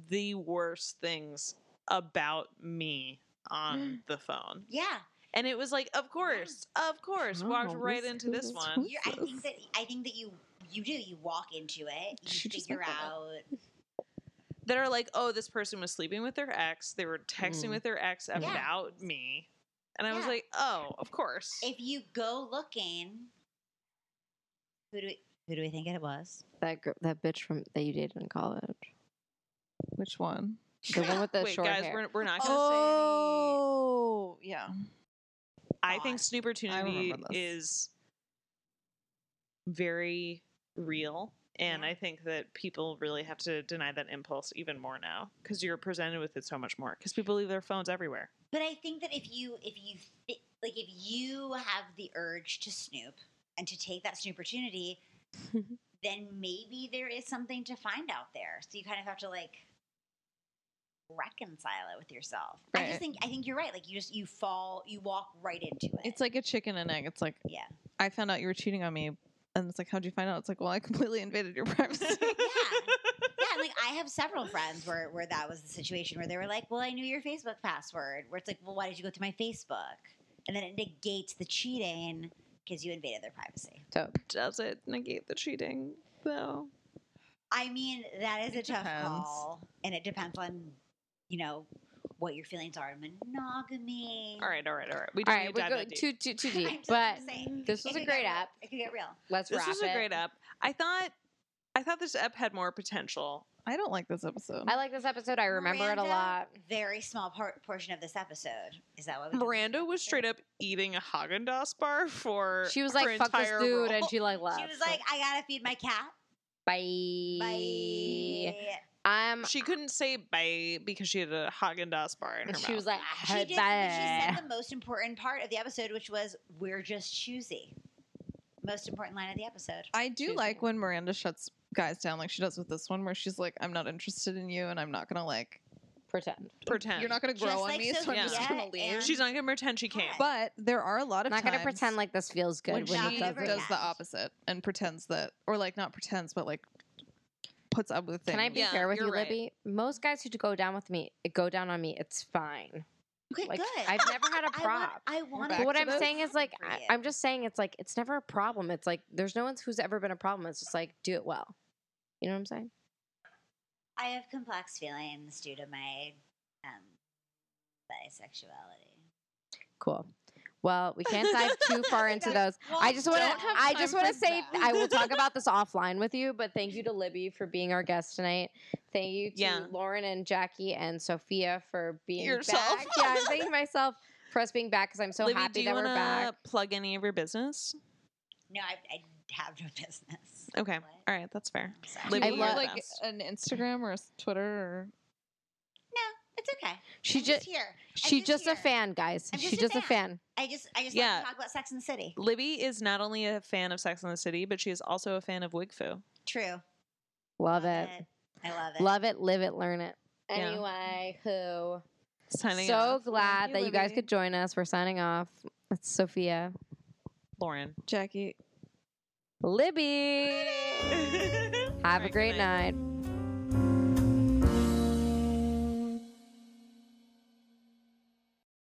Speaker 1: the worst things about me on the phone.
Speaker 4: yeah
Speaker 1: And it was like, of course, of course, walked
Speaker 2: Wow,
Speaker 1: right
Speaker 2: this-
Speaker 1: into this
Speaker 2: this
Speaker 1: one.
Speaker 4: you I think that I think that you you do you walk into it, you
Speaker 2: She just
Speaker 4: figure
Speaker 2: went like
Speaker 4: out.
Speaker 1: that are like, oh, this person was sleeping with their ex. They were texting
Speaker 2: Mm.
Speaker 1: with their ex
Speaker 4: Yeah.
Speaker 1: about me. And I was
Speaker 4: Yeah.
Speaker 1: like, oh, of course.
Speaker 4: If you go looking, who do we, who do we think it was?
Speaker 2: That gr- that bitch from that you dated in college.
Speaker 3: Which one?
Speaker 2: The one with the
Speaker 1: Wait,
Speaker 2: short
Speaker 1: guys,
Speaker 2: hair.
Speaker 1: We're, we're not going to
Speaker 3: Oh, yeah.
Speaker 1: say any. I think
Speaker 4: God.
Speaker 1: Snoop opportunity
Speaker 3: remember this.
Speaker 1: is very real. And
Speaker 4: Yeah.
Speaker 1: I think that people really have to deny that impulse even more now because you're presented with it so much more because people leave their phones everywhere.
Speaker 4: But I think that if you if you thi- like if you have the urge to snoop and to take that snoop opportunity, then maybe there is something to find out there. So you kind of have to like reconcile it with yourself. I just
Speaker 3: Right.
Speaker 4: think I think you're right. Like you just you fall you walk right into it.
Speaker 3: It's like a chicken and egg. It's like,
Speaker 4: Yeah.
Speaker 3: I found out you were cheating on me. And it's like, how'd you find out? It's like, well, I completely invaded your privacy.
Speaker 4: yeah. Yeah, and like I have several friends where, where that was the situation where they were like, Well, I knew your Facebook password. Where it's like, Well, why did you go to my Facebook? And then it negates the cheating because you invaded their privacy.
Speaker 1: Does it negate the cheating, though?
Speaker 4: I mean, that is a
Speaker 3: It
Speaker 4: tough
Speaker 3: depends.
Speaker 4: call. And it depends on, you know, what your feelings are in monogamy.
Speaker 1: All right, all right, all right. We don't
Speaker 2: All
Speaker 1: need
Speaker 2: right,
Speaker 1: to dive
Speaker 2: we're going
Speaker 1: that deep.
Speaker 2: too too too
Speaker 4: I'm
Speaker 2: deep.
Speaker 4: just- I'm
Speaker 2: But
Speaker 4: just saying,
Speaker 2: this
Speaker 4: it
Speaker 2: was a
Speaker 4: could get
Speaker 2: great
Speaker 4: real.
Speaker 2: app.
Speaker 4: It could get real.
Speaker 2: Let's
Speaker 1: This
Speaker 2: wrap
Speaker 1: was a
Speaker 2: it.
Speaker 1: great app. I thought I thought this app had more potential.
Speaker 3: I don't like this episode.
Speaker 2: I like this episode. I remember it a
Speaker 4: Miranda?
Speaker 2: lot.
Speaker 4: Very small part, portion of this episode. Is that what we
Speaker 1: Miranda was straight up eating a Haagen Dazs bar for
Speaker 2: She was
Speaker 1: her
Speaker 2: like, "Fuck this
Speaker 1: entire role.
Speaker 2: dude," and she like left.
Speaker 4: She was like, I gotta feed my cat.
Speaker 2: "Bye."
Speaker 4: Bye.
Speaker 2: I'm.
Speaker 1: she couldn't say bye because she had a Haagen Dazs bar in her
Speaker 2: She
Speaker 1: mouth.
Speaker 2: was like,
Speaker 4: She did. She
Speaker 2: "Bye."
Speaker 4: said the most important part of the episode, which was "We're just choosy." Most important line of the episode.
Speaker 3: I do
Speaker 2: Choosing.
Speaker 3: like when Miranda shuts guys down like she does with this one, where she's like, I'm not interested in you and I'm not going to like,
Speaker 2: Pretend.
Speaker 1: pretend.
Speaker 3: you're not going to grow
Speaker 4: Just
Speaker 3: on
Speaker 4: like
Speaker 3: me, so I'm
Speaker 1: Sophia
Speaker 3: just going to leave.
Speaker 4: and-
Speaker 1: She's not gonna pretend she can't.
Speaker 4: But-
Speaker 3: But there are a lot of
Speaker 2: Not
Speaker 3: times
Speaker 2: gonna pretend like this feels good
Speaker 3: when
Speaker 2: when,
Speaker 3: she
Speaker 4: Not
Speaker 2: it
Speaker 3: does,
Speaker 4: gonna
Speaker 2: doesn't.
Speaker 4: pretend.
Speaker 3: the opposite and pretends that, or like not pretends, but like puts up with things.
Speaker 2: Can I be
Speaker 1: Yeah,
Speaker 2: fair with
Speaker 1: you're
Speaker 2: you,
Speaker 1: right.
Speaker 2: Libby? Most guys who go down with me, go down on me. It's fine.
Speaker 4: Okay,
Speaker 2: Like
Speaker 4: good.
Speaker 2: I've never had a
Speaker 4: I
Speaker 2: prop.
Speaker 4: want- I want.
Speaker 3: back
Speaker 2: But what
Speaker 3: to
Speaker 2: I'm
Speaker 3: those.
Speaker 2: saying is like
Speaker 4: for
Speaker 2: I,
Speaker 4: you.
Speaker 2: I'm just saying it's like it's never a problem. It's like there's no one who's ever been a problem. It's just like do it well. You know what I'm saying?
Speaker 4: I have complex feelings due to my um, bisexuality.
Speaker 2: Cool. Well, we can't dive too far into those. I just want
Speaker 3: don't
Speaker 2: to
Speaker 3: have
Speaker 2: I just
Speaker 3: time
Speaker 2: want to
Speaker 3: for
Speaker 2: say
Speaker 3: that.
Speaker 2: I will talk about this offline with you, but thank you to Libby for being our guest tonight. Thank you to
Speaker 1: Yeah.
Speaker 2: Lauren and Jackie and Sophia for being
Speaker 1: Yourself.
Speaker 2: back. Yeah, I'm thanking myself for us being back cuz I'm so
Speaker 1: Libby, do
Speaker 2: happy
Speaker 1: you
Speaker 2: that we're
Speaker 1: wanna
Speaker 2: back.
Speaker 1: Plug any of your business?
Speaker 4: No, I, I have no business.
Speaker 1: Okay,
Speaker 4: What?
Speaker 1: all right, that's fair.
Speaker 4: I'm sorry.
Speaker 1: Libby,
Speaker 2: I
Speaker 3: I
Speaker 1: you're
Speaker 2: love-
Speaker 1: the
Speaker 3: like
Speaker 1: best.
Speaker 3: an Instagram or a s- Twitter or
Speaker 4: It's okay.
Speaker 2: She
Speaker 4: I'm just,
Speaker 2: just
Speaker 4: here.
Speaker 2: she
Speaker 4: just
Speaker 2: just a
Speaker 4: here.
Speaker 2: fan, guys.
Speaker 4: I'm
Speaker 2: She
Speaker 4: just
Speaker 2: just
Speaker 4: a
Speaker 2: a fan.
Speaker 4: I just I just
Speaker 1: Yeah.
Speaker 4: like to talk about Sex and the City.
Speaker 1: Libby is not only a fan of Sex and the City, but she is also a fan of Wigfu.
Speaker 4: True.
Speaker 2: Love it.
Speaker 4: I love it.
Speaker 2: Love it, live it, learn it.
Speaker 1: Yeah.
Speaker 2: Anyway, who?
Speaker 1: Signing
Speaker 2: so
Speaker 1: off,
Speaker 2: glad
Speaker 3: you,
Speaker 2: that you guys
Speaker 3: Libby.
Speaker 2: could join us. We're signing off. It's Sophia,
Speaker 1: Lauren.
Speaker 3: Jackie,
Speaker 2: Libby. Have
Speaker 1: All
Speaker 2: a
Speaker 1: right,
Speaker 2: great
Speaker 1: good
Speaker 2: night.